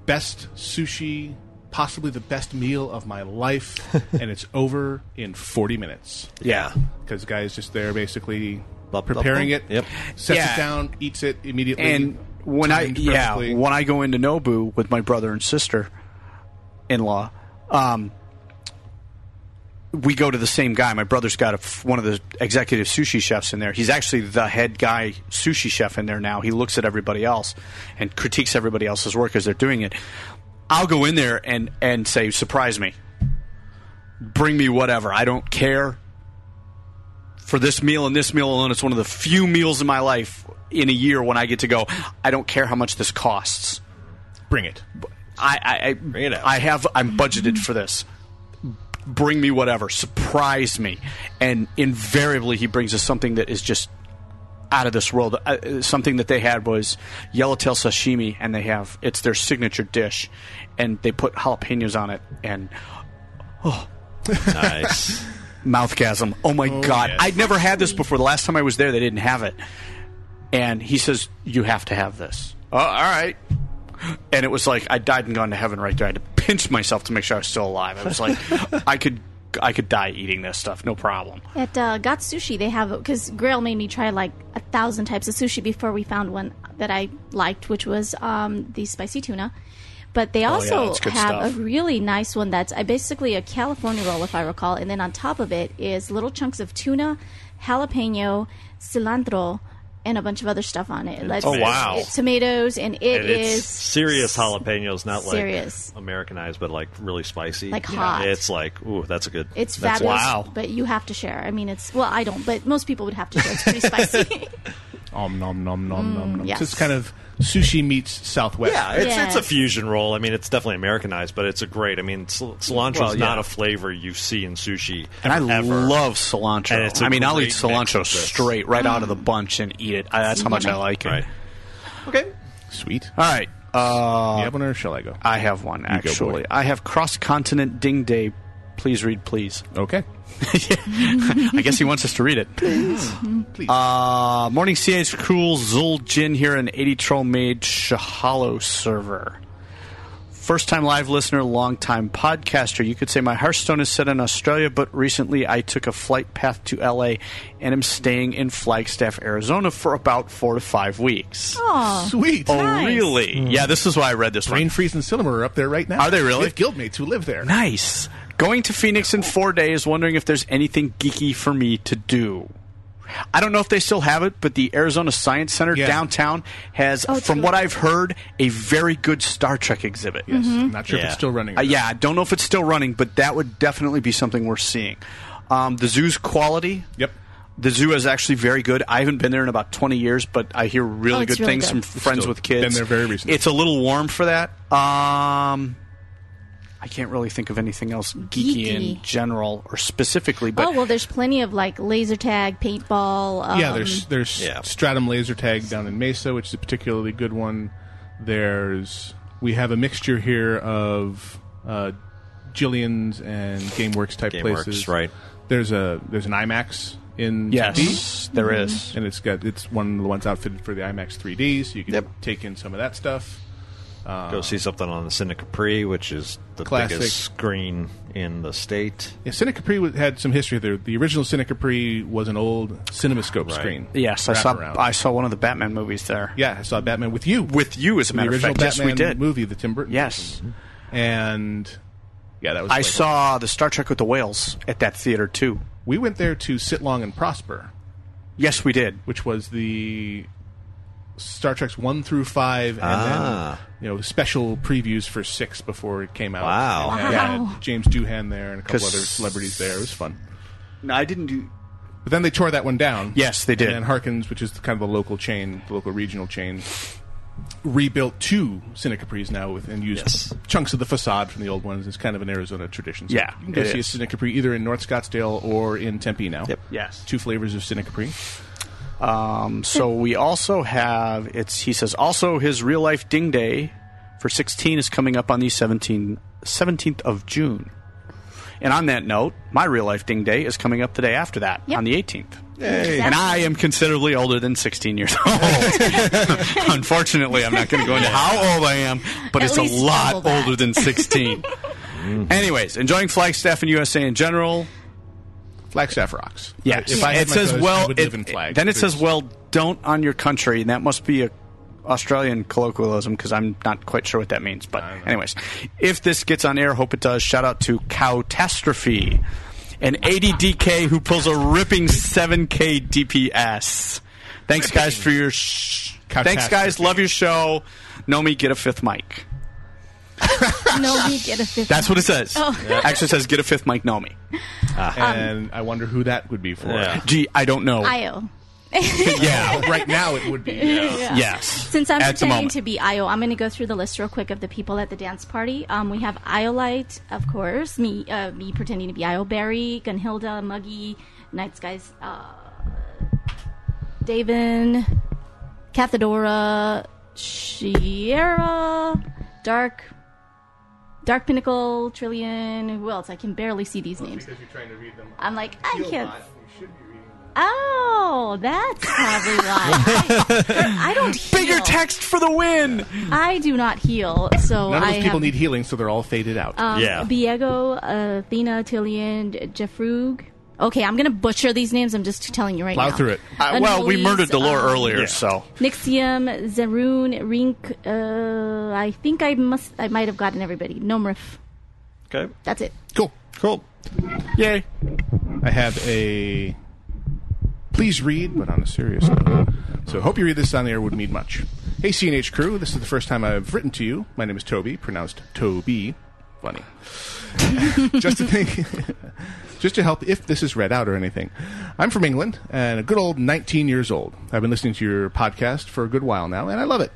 S1: best sushi, possibly the best meal of my
S12: <laughs>
S1: life, and it's over in 40 minutes.
S11: Yeah.
S1: Because the guy's just there basically
S11: Bop, bop,
S1: preparing
S11: bop.
S1: it,
S11: Yep.
S1: sets
S12: Yeah.
S1: it down, eats it immediately.
S12: And when I
S1: timed
S12: yeah,
S1: perfectly.
S12: when I go into Nobu with my brother and sister in law, um, we go to the same guy. My brother's got a f one of the executive sushi chefs in there. He's actually the head guy sushi chef in there now. He looks at everybody else and critiques everybody else's work as they're doing it. I'll go in there and and say, surprise me, bring me whatever. I don't care for this meal and this meal alone. It's one of the few meals in my life in a year when I get to go. I don't care how much this costs.
S1: Bring it.
S12: I I, I, Bring it I have. I'm budgeted for this. Bring me whatever. Surprise me. And invariably, he brings us something that is just out of this world. Uh, Uh, something that they had was yellowtail sashimi, and they have it's their signature dish, and they put jalapenos on it, and oh,
S11: nice
S12: mouthgasm. Oh my
S11: Oh,
S12: god,
S11: yes.
S12: I'd never had this before. The last time I was there, they didn't have it, and he says you have to have this. Oh, all right.
S11: <laughs>
S12: And it was like I died and gone to heaven right there. I had to pinch myself to make sure I was still alive. I was like, I could I could die eating this stuff, no problem.
S22: At uh, Got Sushi, they have because Grail made me try like a thousand types of sushi before we found one that I liked, which was um, the spicy tuna. But they
S8: Oh, yeah,
S22: also
S8: that's good
S22: have
S8: stuff.
S22: a really nice one that's uh, basically a California roll, if I recall, and then on top of it is little chunks of tuna, jalapeno, cilantro, and a bunch of other stuff on it. Like,
S11: Oh, wow.
S22: it's tomatoes, and it
S11: And
S22: is
S11: it's serious jalapenos, not like
S22: serious.
S11: Americanized, but like really spicy,
S22: Like hot.
S11: It's like ooh, that's a good.
S22: It's
S11: that's
S22: fabulous,
S11: Wow.
S22: but you have to share. I mean, it's well, I don't, but most people would have to share. It's pretty spicy.
S1: Om nom nom nom nom
S22: Mm,
S1: nom.
S22: yes.
S1: So it's kind of sushi meets Southwest.
S11: Yeah, it's it's a
S22: Yes.
S11: fusion roll. I mean, it's definitely Americanized, but it's a great. I mean, cil- cilantro is
S12: Well, yeah.
S11: not a flavor you see in sushi.
S12: And I
S11: ever.
S12: love cilantro.
S11: And it's a
S12: I mean, I'll
S11: great
S12: eat
S11: mix
S12: cilantro
S11: of this. Mm-hmm.
S12: straight right out of
S11: <gasps>
S12: the bunch and eat it. I, that's how much I
S11: Yummy.
S12: like it.
S11: Okay.
S1: Sweet.
S12: All right. Uh,
S1: you have one or shall I go?
S12: I have one, actually. I have Cross Continent Ding Day. Please read, please.
S1: Okay.
S12: <laughs> I guess he wants us to read it. Please.
S1: Oh,
S12: Uh, Morning CH Cool Zul Jin here, an 80 troll made Shahalo server. First time live listener, long time podcaster. You could say my Hearthstone is set in Australia, but recently I took a flight path to LA and am staying in Flagstaff, Arizona for about four to five weeks.
S22: Oh,
S1: sweet.
S12: Oh, really? Yeah, this is why I read this one.
S1: Rainfreeze and Sillimer are up there right now.
S12: Are they really?
S1: We have guildmates who live there.
S12: Nice. Going to Phoenix in four days, wondering if there's anything geeky for me to do. I don't know if they still have it, but the Arizona Science Center downtown has,
S1: Oh,
S12: from what I've heard, a very good Star Trek exhibit.
S1: Yes. Mhm. Not sure if it's still running or
S12: Uh,
S1: not.
S12: yeah, I don't know if it's still running, but that would definitely be something worth seeing. Um, the zoo's quality.
S1: Yep.
S12: The zoo is actually very good. I haven't been there in about 20 years, but I hear
S1: Oh,
S12: really
S1: it's
S12: good
S1: really
S12: things
S1: good.
S12: from friends
S1: Still
S12: with kids.
S1: been there very recently.
S12: It's a little warm for that. Um, I can't really think of anything else geeky, in
S22: Geeky.
S12: general or specifically, but
S22: oh well, there's plenty of like laser tag, paintball. Um,
S1: yeah, there's there's Stratum Laser Tag down in Mesa, which is a particularly good one. There's we have a mixture here of uh, Jillian's and GameWorks type
S11: GameWorks,
S1: places.
S11: right.
S1: There's a there's an IMAX in
S12: Yes,
S1: 3D.
S12: there is.
S1: and it's got it's one of the ones outfitted for the IMAX 3D, so you can take in some of that stuff. Uh,
S11: Go see something on the Cine Capri, which is the
S1: Classic.
S11: biggest screen in the state.
S1: Yeah, Cine Capri wa- had some history there. The original Cine Capri was an old CinemaScope screen.
S12: yes, I saw
S1: wraparound.
S12: I saw one of the Batman movies there.
S1: Yeah, I saw Batman with you.
S12: With you, as a
S1: The
S12: matter of
S1: original
S12: fact. yes, we
S1: Batman
S12: did.
S1: movie, the Tim Burton.
S12: Yes,
S1: and yeah, that was.
S12: I
S1: like-
S12: saw the Star Trek with the whales at that theater too.
S1: We went there to sit long and prosper,
S12: Yes, we did.
S1: which was the Star Trek's one through five, and
S11: Ah.
S1: then you know special previews for six before it came out.
S11: Wow.
S1: And had
S11: Wow.
S1: James Doohan there and a couple
S12: 'Cause-
S1: other celebrities there. It was fun.
S12: No, I didn't do.
S1: But then they tore that one down.
S12: Yes, they did.
S1: And Harkins, which is kind of the local chain, the local regional chain, rebuilt two Cine Capris now with and used chunks of the facade from the old ones. It's kind of an Arizona tradition. So
S12: Yeah,
S1: you can go
S12: it
S1: see
S12: is.
S1: a Cine Capri either in North Scottsdale or in Tempe now. Yep.
S12: Yes.
S1: Two flavors of Cine Capri.
S12: Um, so we also have it's. He says also his real life ding day for sixteen is coming up on the 17, 17th of June. And on that note, my real life ding day is coming up the day after that on the eighteenth.
S6: Yay.
S12: And I am considerably older than sixteen years
S6: <laughs>
S12: old. Unfortunately, I'm not going to go into how old I am, but
S6: At
S12: it's a
S6: least
S12: lot
S6: double that.
S12: older
S6: <laughs>
S12: than sixteen. Anyways, enjoying Flagstaff and USA in general.
S1: Flagstaff rocks.
S12: Yes.
S1: If I had
S12: it
S1: my
S12: says,
S1: choice,
S12: well,
S1: I would
S12: it-
S1: live in Flag.
S12: then it
S1: There's-
S12: says, well, don't on your country. And that must be a Australian colloquialism because I'm not quite sure what that means. But, anyways, if this gets on air, hope it does. Shout out to Cowtastrophe, an ADDK who pulls a ripping 7K DPS. Thanks, guys, for your. Sh- Thanks, guys. Love your show. Nomi, get a fifth mic.
S22: <laughs> no, we get a fifth.
S12: That's what it says.
S22: Oh.
S12: Actually, it says get a fifth mic, Nomi.
S1: Ah. and I wonder who that would be for.
S12: Gee, I don't know.
S22: Io.
S1: <laughs> yeah, right now it would be.
S22: <laughs> Yeah.
S12: Yes.
S22: Since I'm
S12: At the
S22: pretending
S12: moment.
S22: to be Io, I'm going to go through the list real quick of the people at the dance party. Um, we have Iolite, of course, me, uh, me pretending to be Io Berry, Gunhilda, Muggy, Night Skies, uh, Davin, Cathedora, Shiera, Dark, Dark Pinnacle, Trillion. Who else? I can barely see these names.
S1: Because you're trying to read them.
S22: I'm like, I can't. Oh, that's probably
S12: <laughs>
S22: why. I, I don't heal. Bigger text
S12: for the win.
S22: I do not heal, so
S1: None of
S22: I
S1: those people
S22: have,
S1: need healing, so they're all faded out.
S22: um, Diego, Athena, Tillian, Jeffrug. Okay, I'm gonna butcher these names. I'm just telling you right
S12: Plow
S22: now.
S12: through it. Uh, well, we
S22: Annalise,
S12: murdered Dolore
S22: um,
S12: earlier, so
S22: Nixium, Zerun, Rink. Uh, I think I must. I might have gotten everybody. Nomrif.
S11: Okay.
S22: That's it.
S1: Cool.
S11: Cool.
S12: Yay.
S1: I have a. Please read, but on a serious note. So, hope you read this on the air would mean much. Hey, CNH crew, this is the first time I've written to you. My name is Toby, pronounced Toby. Funny. <laughs> just to think, just to help if this is read out or anything. I'm from England and a good old 19 years old. I've been listening to your podcast for a good while now, and I love it.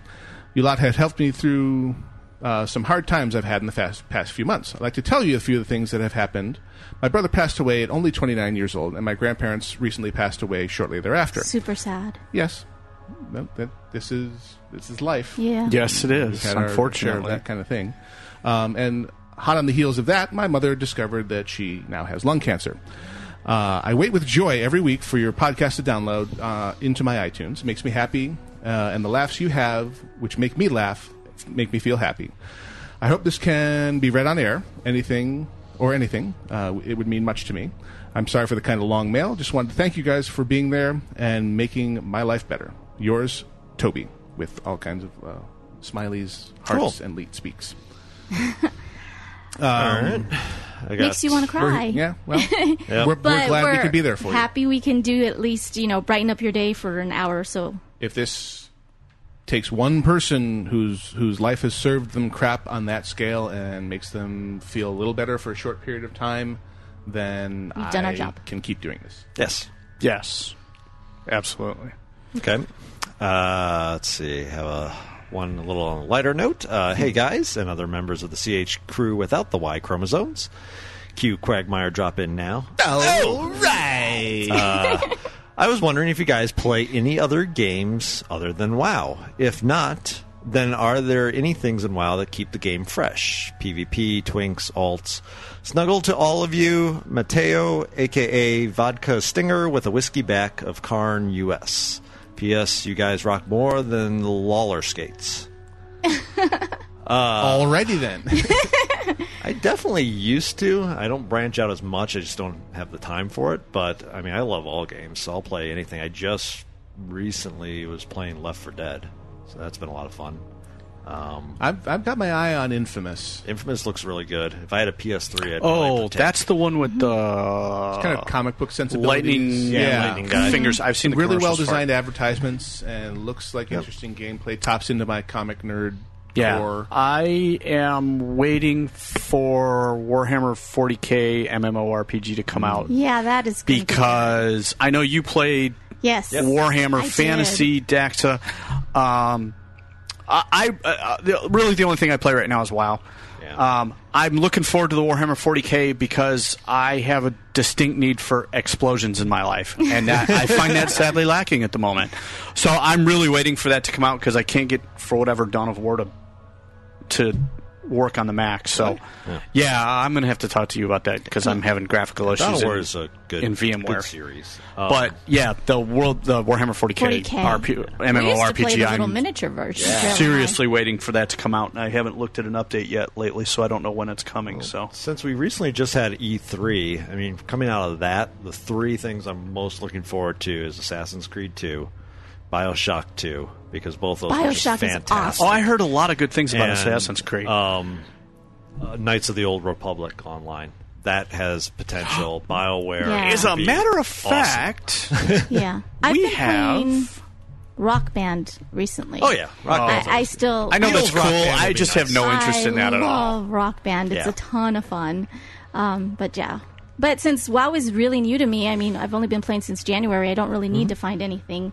S1: You lot have helped me through uh, some hard times I've had in the fast, past few months. I'd like to tell you a few of the things that have happened. My brother passed away at only 29 years old, and my grandparents recently passed away shortly thereafter.
S22: Super sad.
S1: Yes. No, that, this is this is life.
S22: Yeah.
S12: Yes, it is,
S1: We've had our share of
S12: unfortunately.
S1: that kind of thing. Um, and hot on the heels of that, my mother discovered that she now has lung cancer. Uh, I wait with joy every week for your podcast to download uh, into my iTunes. It makes me happy, uh, and the laughs you have, which make me laugh, make me feel happy. I hope this can be read on air. Anything or anything, uh, it would mean much to me. I'm sorry for the kind of long mail. Just wanted to thank you guys for being there and making my life better. Yours, Toby, with all kinds of uh, smileys, hearts, and leet <laughs> speaks. Um,
S22: Makes you want to cry.
S1: we're- yeah,
S22: <laughs>
S1: well,
S22: But
S1: we're, we're glad we
S22: we're
S1: could be there for you.
S22: Happy we can do at least you know brighten up your day for an hour or so.
S1: if this takes one person whose whose life has served them crap on that scale and makes them feel a little better for a short period of time, then
S22: We've done
S1: I
S22: our job.
S1: can keep doing this.
S11: Yes.
S12: Yes. Absolutely.
S11: Okay. Uh, let's see. Have a one little lighter note. Uh, hey guys, and other members of the CH crew without the Y chromosomes. Q Quagmire drop in now.
S6: All right.
S11: Uh, I was wondering if you guys play any other games other than WoW. If not, then are there any things in WoW that keep the game fresh? PvP, twinks, alts. Snuggle to all of you, Mateo, aka Vodka Stinger, with a whiskey back of Carn US. P.S. You guys rock more than the Lawler skates. Uh,
S1: Alrighty then.
S11: I definitely used to. I don't branch out as much. I just don't have the time for it. But I mean, I love all games, so I'll play anything. I just recently was playing Left for Dead, so that's been a lot of fun. Um,
S1: I've I've got my eye on Infamous.
S11: Infamous looks really good. If I had a PS3, I'd
S12: Oh, that's the one with the
S1: It's kind of comic book sensibilities.
S12: Lightning, yeah, fingers. I've seen the
S1: really well
S12: commercials for it.
S1: designed advertisements and looks like interesting gameplay. Tops into my comic nerd
S12: Yeah,
S1: core.
S12: I am waiting for Warhammer 40k MMORPG to come out
S22: Yeah, that is good.
S12: because I know you played
S22: Yes. Yep. I
S12: Warhammer
S22: did.
S12: Fantasy Daxa. Um, I, I uh, the, really the only thing I play right now is WoW. Um, I'm looking forward to the Warhammer 40k because I have a distinct need for explosions in my life, and that, I find
S22: <laughs>
S12: that sadly lacking at the moment. So I'm really waiting for that to come out because I can't get for whatever Dawn of War to to work on the Mac. So yeah, I'm going to have to talk to you about that because I'm having graphical issues.
S11: Dawn of War
S12: in-
S11: is a good-
S12: in VMware
S11: good series. Um,
S12: but yeah, the world, the Warhammer 40k,
S22: 40K.
S12: RP,
S22: We used to play
S12: MMORPG.
S22: the little
S12: I'm
S22: miniature version.
S12: seriously waiting for that to come out, and I haven't looked at an update yet lately, so I don't know when it's coming. So
S11: since we recently just had E3, I mean, coming out of that, the three things I'm most looking forward to is Assassin's Creed 2, BioShock 2, because both of those are just fantastic.
S12: Oh, I heard a lot of good things about
S11: And,
S12: Assassin's Creed.
S11: Um, uh, Knights of the Old Republic online. That has potential.
S22: <gasps>
S11: BioWare.
S22: Yeah.
S11: would
S22: As a
S11: be
S12: matter of
S11: awesome.
S12: fact,
S22: <laughs> yeah, I've
S12: We
S22: been
S12: have-
S22: playing Rock Band recently.
S12: Oh, yeah. Rock
S22: I-
S12: Band's
S22: I,
S12: awesome.
S22: still.
S12: I know that's Beatles Rock cool. Band I would be just have nice. no interest
S22: I
S12: in that at all.
S22: love Rock Band. It's
S12: Yeah.
S22: a ton of fun. Um, but yeah, but since WoW is really new to me, I mean, I've only been playing since January. I don't really
S12: Mm-hmm.
S22: need to find anything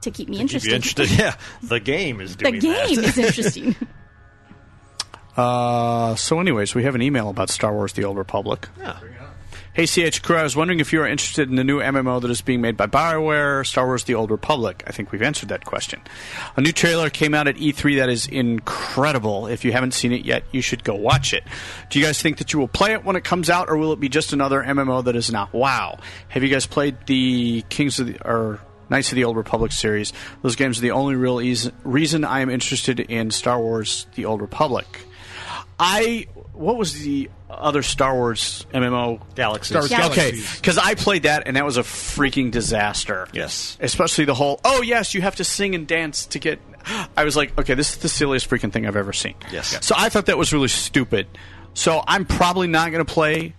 S22: to keep me
S11: If
S22: interested.
S11: you're interested, <laughs> yeah. The game is
S22: <laughs> the
S11: doing that.
S22: game is
S12: <laughs>
S22: interesting.
S12: Uh, so, anyways, we have an email about Star Wars: The Old Republic. Hey, CH Crew, I was wondering if you are interested in the new MMO that is being made by BioWare, Star Wars The Old Republic. I think we've answered that question. A new trailer came out at E3 that is incredible. If you haven't seen it yet, you should go watch it. Do you guys think that you will play it when it comes out, or will it be just another MMO that is not WoW? Have you guys played the Kings of the. or Knights of the Old Republic series. Those games are the only real eas- reason I am interested in Star Wars: The Old Republic. I what was the other Star Wars MMO? Galaxy.
S1: Star Wars
S12: Okay,
S1: Galaxies.
S12: because I played that and that was a freaking disaster. Yes, especially the whole oh yes you have to sing and dance to get. I was like okay this is the silliest freaking thing I've ever seen.
S11: Yes.
S12: So I thought that was really stupid. So I'm probably not going to play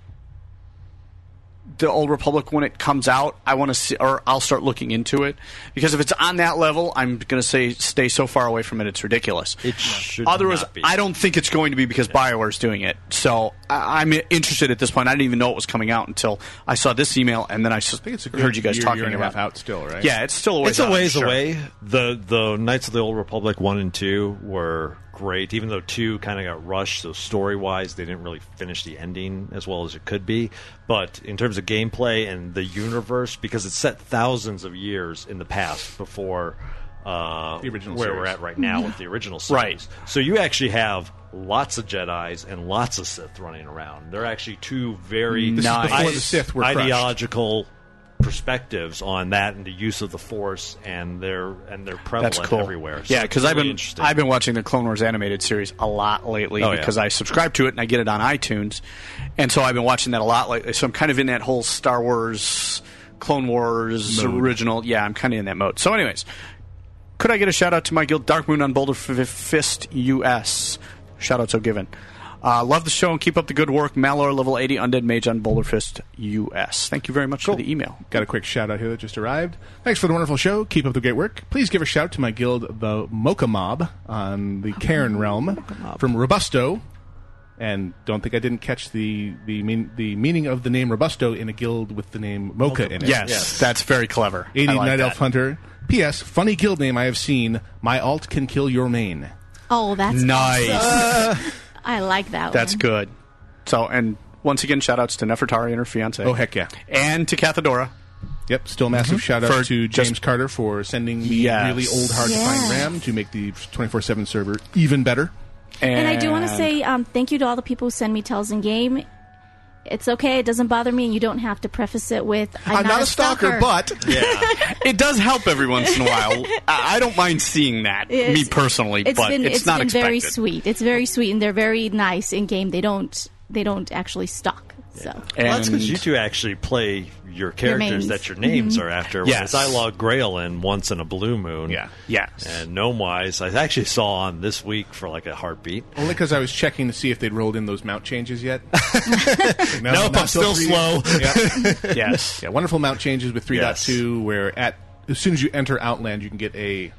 S12: the Old Republic when it comes out. I want to see, or I'll start looking into it because if it's on that level, I'm going to say stay so far away from it. It's ridiculous. It should. Otherwise,
S11: not be.
S12: I don't think it's going to be because Bioware's doing it. So I, I'm interested at this point. I didn't even know it was coming out until I saw this email, and then I, s- heard you guys
S1: year,
S12: talking
S1: year and a
S12: about
S1: half out still, right?
S12: Yeah, it's still a ways.
S11: It's a
S12: out,
S11: ways
S12: sure.
S11: away. The the Knights of the Old Republic one and two were great, even though two kind of got rushed. So story wise, they didn't really finish the ending as well as it could be. But in terms of gameplay and the universe, because it's set thousands of years in the past before uh,
S1: The original
S11: where we're
S1: series.
S11: at right now with the original series. Right. So you actually have lots of Jedi's and lots of Sith running around. They're actually two very
S1: This is
S11: nice
S1: before the Sith were crushed.
S11: ideological perspectives on that and the use of the Force and their and their prevalent
S12: That's cool.
S11: everywhere. So
S12: yeah, because
S11: it's
S12: I've
S11: really
S12: been
S11: interesting.
S12: I've been watching the Clone Wars animated series a lot lately
S11: Oh, yeah.
S12: because I subscribe to it and I get it on iTunes, and so I've been watching that a lot lately. So I'm kind of in that whole Star Wars, Clone Wars
S8: Mode.
S12: original. Yeah, I'm kind of in that mode. So, anyways, could I get a shout out to my guild, Dark Moon on Boulder F- Fist US? Shout outs are given. Uh, love the show and keep up the good work. Malor level 80 Undead Mage on Boulder Fist US. Thank you very much for the email.
S1: Got a quick shout out here that just arrived. Thanks for the wonderful show. Keep up the great work. Please give a shout out to my guild, the Mocha Mob, on
S22: Oh,
S1: the Cairn realm from Robusto. And don't think I didn't catch the the mean, the meaning of the name Robusto in a guild with the name Mocha in it.
S12: Yes, that's very clever. I
S1: 80
S12: like
S1: Night
S12: that.
S1: Elf Hunter. P.S. Funny guild name I have seen. My alt can kill your main.
S22: Oh, that's
S12: Nice.
S22: awesome. <laughs> I like that.
S12: That's
S22: one.
S12: good. So, and once again, shout outs to Nefertari and her fiance.
S1: Oh, heck yeah.
S12: And to Cathadora.
S1: Yep, still massive shout out
S12: Hmm? For
S1: to James
S12: just-
S1: Carter for sending me
S12: Yes.
S1: really old hard to
S22: Yeah.
S1: find RAM to make the 24/7 server even better.
S22: And, I do want to say um, thank you to all the people who send me tells in game. It's okay. It doesn't bother me, and you don't have to preface it with "I'm, not, a stalker." <laughs>
S12: yeah, <laughs> it does help every once in a while. I, I don't mind seeing that,
S22: It's-
S12: me personally,
S22: it's
S12: but
S22: been,
S12: it's, not
S22: been
S12: expected.
S22: very sweet. It's very sweet, and they're very nice in game. They don't they don't actually stalk. So
S11: well, that's because you two actually play your
S22: mains.
S11: characters that your names
S22: Mhm.
S11: are after.
S12: Yes.
S11: Whereas I log Grail in once in a blue moon. Yeah.
S12: Yes.
S11: And Gnome Wise, I actually saw on this week for like a
S12: <laughs>
S11: heartbeat.
S1: Only because I was checking to see if they'd rolled in those mount changes yet. Like, no,
S11: Nope,
S1: not
S11: I'm still
S1: till
S11: slow.
S1: <laughs> Yeah.
S12: <laughs> yes.
S1: Yeah, wonderful mount changes with 3.2 where at as soon as you enter Outland, you can get a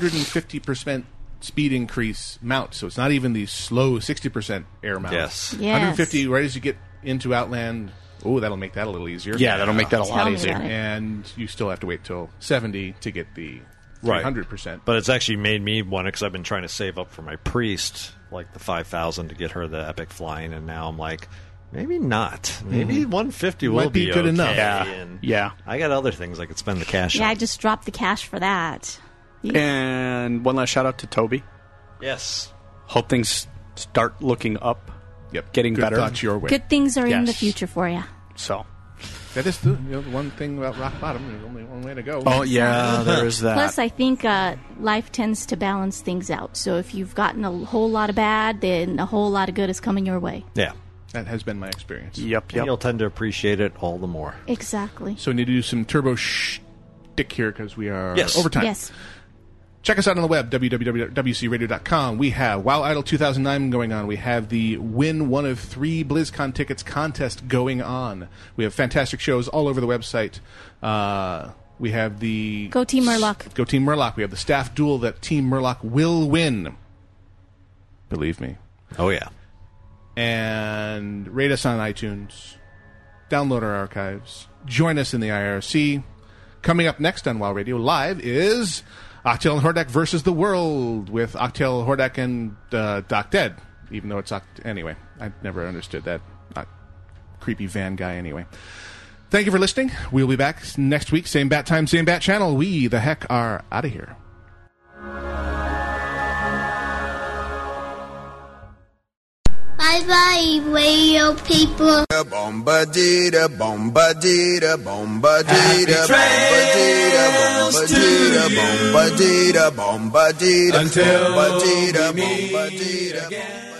S1: 150% speed increase mount. So it's not even the slow 60% air mount.
S11: Yes.
S22: Yes.
S1: 150 right as you get into Outland. Oh, that'll make that a little easier.
S12: Yeah, that'll make that a lot Tell me easier. about it.
S1: And you still have to wait till 70 to get the
S11: Right.
S1: 300%.
S11: But it's actually made me want it because I've been trying to save up for my priest, like the 5,000 to get her the epic flying, and now I'm like, maybe not.
S12: Mhm.
S11: Maybe 150
S12: Might
S11: will
S12: be good
S11: okay,
S12: enough. Yeah.
S11: and
S12: Yeah.
S11: I got other things I could spend the cash
S22: yeah,
S11: on.
S22: I just dropped the cash for that.
S12: And one last shout out to Toby.
S11: Yes.
S12: Hope things start looking up.
S1: Yep.
S12: Getting
S1: Good
S12: better.
S1: thoughts your way.
S22: Good things are in
S12: Yes.
S22: the future for you.
S12: So.
S1: That is the, you know, the one thing about rock bottom. There's only one way to go.
S12: Oh, yeah,
S1: <laughs>
S12: there is that.
S22: Plus, I think uh, life tends to balance things out. So if you've gotten a whole lot of bad, then a whole lot of good is coming your way.
S11: Yeah.
S1: That has been my experience.
S12: Yep,
S11: And you'll tend to appreciate it all the more.
S22: Exactly.
S1: So we need to do some turbo shtick here because we are
S11: Yes.
S1: over time.
S22: Yes.
S1: Check us out on the web, www.wcradio.com. We have Wow Idol 2009 going on. We have the Win One of Three BlizzCon Tickets contest going on. We have fantastic shows all over the website. Uh, we have the.
S22: Go Team Murloc.
S1: Go Team Murloc. We have the staff duel that Team Murloc will win. Believe me.
S11: Oh, yeah.
S1: And rate us on iTunes. Download our archives. Join us in the IRC. Coming up next on WoW Radio Live is Octel and Hordak versus the World with Octel, Hordak, and uh, Doc Dead. Even though it's Oct- anyway, I never understood that. Uh, creepy van guy anyway. Thank you for listening. We'll be back next week, same bat time, same bat channel. We the heck are out of here.
S20: Bye bye, radio people.
S8: Bombadita, bombadita, bombadita,
S6: Happy
S8: bombadita, bombadita, bombadita, bombadita,
S6: Until
S8: bombadita,
S6: we meet
S8: bombadita, bombadita.